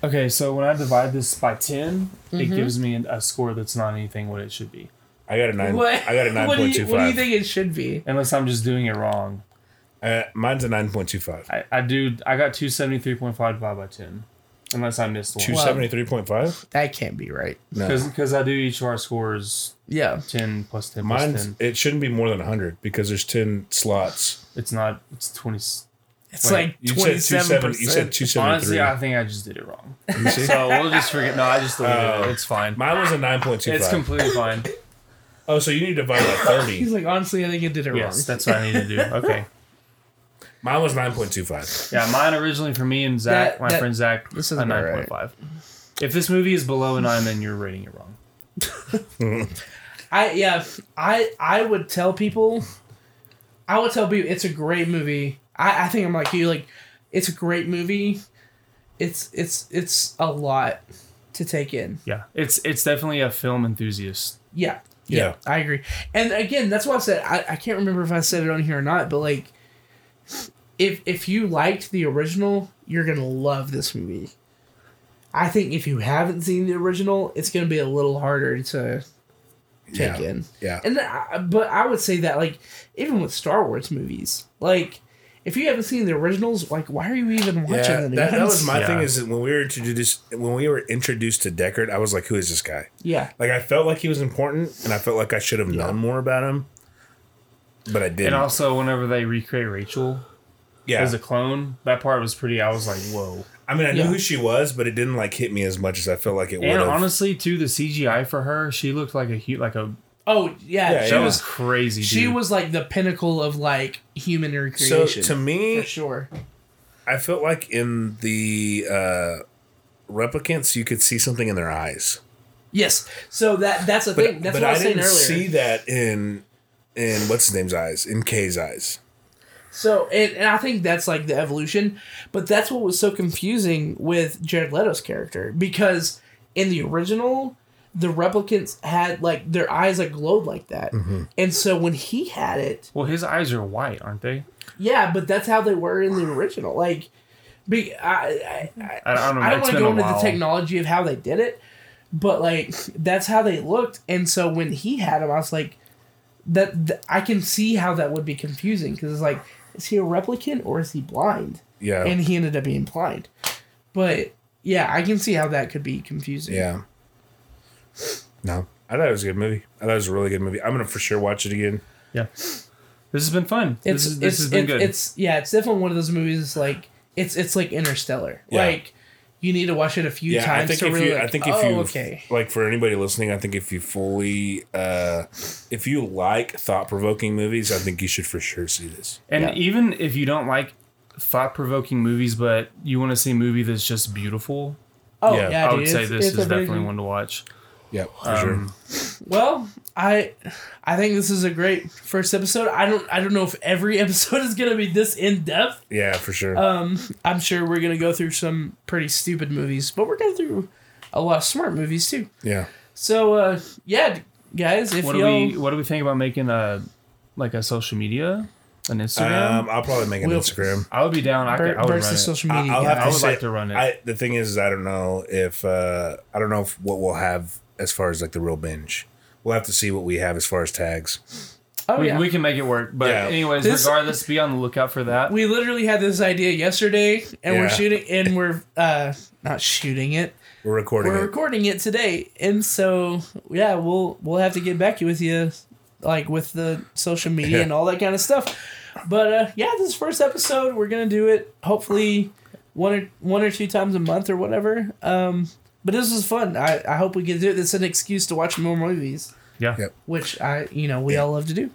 Speaker 3: Okay, so when I divide this by 10
Speaker 2: Mm-hmm.
Speaker 3: it gives me an- a score that's not anything what it should be,
Speaker 1: I got a nine. I got a nine
Speaker 2: what, do
Speaker 1: point
Speaker 2: you,
Speaker 1: two
Speaker 2: what do you
Speaker 1: five.
Speaker 2: think it should be?
Speaker 3: unless I'm just doing it wrong.
Speaker 1: Uh, mine's a nine point two five.
Speaker 3: I, I do. I got two seventy three point five divided by ten, unless I missed
Speaker 1: Two
Speaker 3: one.
Speaker 1: seventy three point five.
Speaker 2: That can't be right.
Speaker 1: No,
Speaker 3: Because I do each of our scores
Speaker 2: Yeah,
Speaker 3: ten plus ten plus
Speaker 1: mine's
Speaker 3: ten.
Speaker 1: it shouldn't be more than hundred because there's ten slots.
Speaker 3: It's not. It's twenty.
Speaker 2: it's
Speaker 3: Wait,
Speaker 1: You said
Speaker 2: like twenty
Speaker 1: two seven.
Speaker 2: seven
Speaker 1: You said
Speaker 2: percent.
Speaker 1: two seventy
Speaker 3: Honestly,
Speaker 1: three.
Speaker 3: I think I just did it wrong.
Speaker 1: You see?
Speaker 3: So we'll just forget. No, I just deleted
Speaker 1: Oh.
Speaker 3: it. It's fine.
Speaker 1: Mine was a nine point two
Speaker 3: It's
Speaker 1: five.
Speaker 3: completely fine.
Speaker 1: oh, so you need to divide by thirty.
Speaker 2: He's like, honestly, I think you did it
Speaker 3: Yes,
Speaker 2: wrong.
Speaker 3: that's what I need to do. Okay.
Speaker 1: Mine was nine point two five.
Speaker 3: Yeah, mine originally for me and Zach,
Speaker 2: That-
Speaker 3: my
Speaker 2: that-
Speaker 3: friend Zach,
Speaker 2: this
Speaker 3: a
Speaker 2: isn't about
Speaker 3: nine point
Speaker 2: right.
Speaker 3: five. If this movie is below a nine, then you're rating it wrong.
Speaker 2: I yeah, I I would tell people, I would tell people it's a great movie. I I think I'm like you, like it's a great movie. It's it's it's a lot to take in.
Speaker 3: Yeah, it's it's definitely a film enthusiast.
Speaker 2: Yeah.
Speaker 1: Yeah.
Speaker 2: I agree. And again, that's why I said I, I can't remember if I said it on here or not, but like if if you liked the original, you're gonna love this movie. I think if you haven't seen the original, it's gonna be a little harder to take
Speaker 1: Yeah.
Speaker 2: in.
Speaker 1: Yeah.
Speaker 2: And I, but I would say that like even with Star Wars movies, like if you haven't seen the originals, like why are you even watching
Speaker 1: Yeah,
Speaker 2: the
Speaker 1: that,
Speaker 2: new
Speaker 1: that
Speaker 2: ones?
Speaker 1: was my
Speaker 3: Yeah.
Speaker 1: thing. Is that when we were introduced when we were introduced to Deckard, I was like, "Who is this guy?"
Speaker 2: yeah.
Speaker 1: Like, I felt like he was important, and I felt like I should have known more about him, but I didn't.
Speaker 3: And also, whenever they recreate Rachel
Speaker 1: yeah,
Speaker 3: as a clone, that part was pretty. I was like, whoa.
Speaker 1: I mean, I knew
Speaker 2: Yeah.
Speaker 1: who she was, but it didn't like hit me as much as I felt like it would
Speaker 3: And
Speaker 1: have.
Speaker 3: honestly, too, the CGI for her, she looked like a huge, like a
Speaker 2: Oh yeah.
Speaker 1: Yeah,
Speaker 2: she
Speaker 3: that
Speaker 1: yeah.
Speaker 3: was crazy.
Speaker 2: she
Speaker 3: dude.
Speaker 2: was like the pinnacle of like human
Speaker 1: so
Speaker 2: recreation.
Speaker 1: to me,
Speaker 2: for sure.
Speaker 1: I felt like in the uh, replicants, you could see something in their eyes,
Speaker 2: Yes. So that that's the
Speaker 1: but,
Speaker 2: thing. That's
Speaker 1: but
Speaker 2: what I
Speaker 1: I,
Speaker 2: was saying
Speaker 1: didn't
Speaker 2: earlier.
Speaker 1: see that in in what's his name's eyes, in K's eyes.
Speaker 2: So and, and I think that's like the evolution, but that's what was so confusing with Jared Leto's character because in the original, the replicants had like their eyes like glowed like that,
Speaker 1: Mm-hmm.
Speaker 2: and so when he had it,
Speaker 3: Well, his eyes are white, aren't they?
Speaker 2: yeah, but that's how they were in the original. Like, be I I, I,
Speaker 3: I, I don't know.
Speaker 2: I don't
Speaker 3: it's
Speaker 2: want to
Speaker 3: been
Speaker 2: go
Speaker 3: a
Speaker 2: into the
Speaker 3: while.
Speaker 2: technology of how they did it, but like that's how they looked. And so when he had him, I was like, that th- I can see how that would be confusing because it's like, is he a replicant or is he blind?
Speaker 1: Yeah,
Speaker 2: And he ended up being blind. But yeah, I can see how that could be confusing.
Speaker 1: Yeah. No, I thought it was a good movie. I thought it was a really good movie. I'm gonna for sure watch it again.
Speaker 3: Yeah. This has been fun.
Speaker 2: It's
Speaker 3: this is, this
Speaker 2: it's
Speaker 3: has been
Speaker 2: it's,
Speaker 3: good.
Speaker 2: it's yeah, it's definitely one of those movies. It's like it's it's like Interstellar.
Speaker 1: Yeah.
Speaker 2: Like you need to watch it a few
Speaker 1: Yeah,
Speaker 2: times
Speaker 1: I think
Speaker 2: to
Speaker 1: if
Speaker 2: really.
Speaker 1: you,
Speaker 2: like,
Speaker 1: I think if
Speaker 2: oh,
Speaker 1: you,
Speaker 2: okay.
Speaker 1: like for anybody listening, I think if you fully, uh if you like thought provoking movies, I think you should for sure see this.
Speaker 3: and
Speaker 2: yeah.
Speaker 3: even if you don't like thought provoking movies, but you want to see a movie that's just beautiful,
Speaker 2: Oh
Speaker 1: yeah,
Speaker 2: yeah,
Speaker 3: I
Speaker 2: dude,
Speaker 3: would say
Speaker 2: it's-
Speaker 3: this
Speaker 2: it's
Speaker 3: is
Speaker 2: a very
Speaker 3: definitely
Speaker 2: good-
Speaker 3: one to watch.
Speaker 1: Yeah, for
Speaker 3: Um,
Speaker 1: sure.
Speaker 2: Well, I I think this is a great first episode. I don't I don't know if every episode is gonna be this in depth.
Speaker 1: Yeah, for sure.
Speaker 2: Um, I'm sure we're gonna go through some pretty stupid movies, but we're going through a lot of smart movies too.
Speaker 1: yeah,
Speaker 2: So uh, yeah, d- guys, if
Speaker 3: What
Speaker 2: y'all
Speaker 3: do we What do we think about making a like a social media An Instagram?
Speaker 1: Um, I'll probably make an
Speaker 2: We'll-
Speaker 1: Instagram.
Speaker 3: I would be down. I, could,
Speaker 2: Bert,
Speaker 3: I would
Speaker 2: Bert's
Speaker 3: run
Speaker 2: the
Speaker 3: it.
Speaker 2: social
Speaker 1: I,
Speaker 2: media
Speaker 1: will
Speaker 2: guy.
Speaker 1: have to
Speaker 3: I would
Speaker 1: say,
Speaker 3: like to run it.
Speaker 1: I, the thing is, is I don't know if uh, I don't know if what we'll have as far as like the real binge. We'll have to see what we have as far as tags.
Speaker 2: oh
Speaker 3: we,
Speaker 2: yeah.
Speaker 3: we
Speaker 2: We,
Speaker 3: can make it work. But
Speaker 1: Yeah.
Speaker 3: anyways,
Speaker 2: This-
Speaker 3: regardless, be on the lookout for that.
Speaker 2: literally had this idea yesterday, and
Speaker 1: Yeah.
Speaker 2: we're shooting, and we're uh not shooting it.
Speaker 1: We're recording
Speaker 2: We're
Speaker 1: it.
Speaker 2: recording it today, and so yeah, we'll we'll have to get back with you, like with the social media
Speaker 1: Yeah.
Speaker 2: and all that kind of stuff. But uh, yeah, this is first episode. We're gonna do it hopefully one or one or two times a month or whatever. Um, but this was fun. I, I hope we can do it. It's an excuse to watch more movies,
Speaker 3: yeah.
Speaker 1: Yep.
Speaker 2: which I you know we all love to do.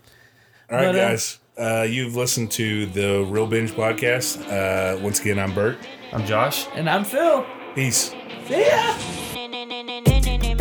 Speaker 1: All right,
Speaker 2: But, uh,
Speaker 1: guys. Uh, you've listened to the Real Binge podcast. Uh, once again, I'm Bert.
Speaker 3: I'm Josh.
Speaker 2: And I'm Phil.
Speaker 1: Peace.
Speaker 2: See ya.
Speaker 5: na na na na na na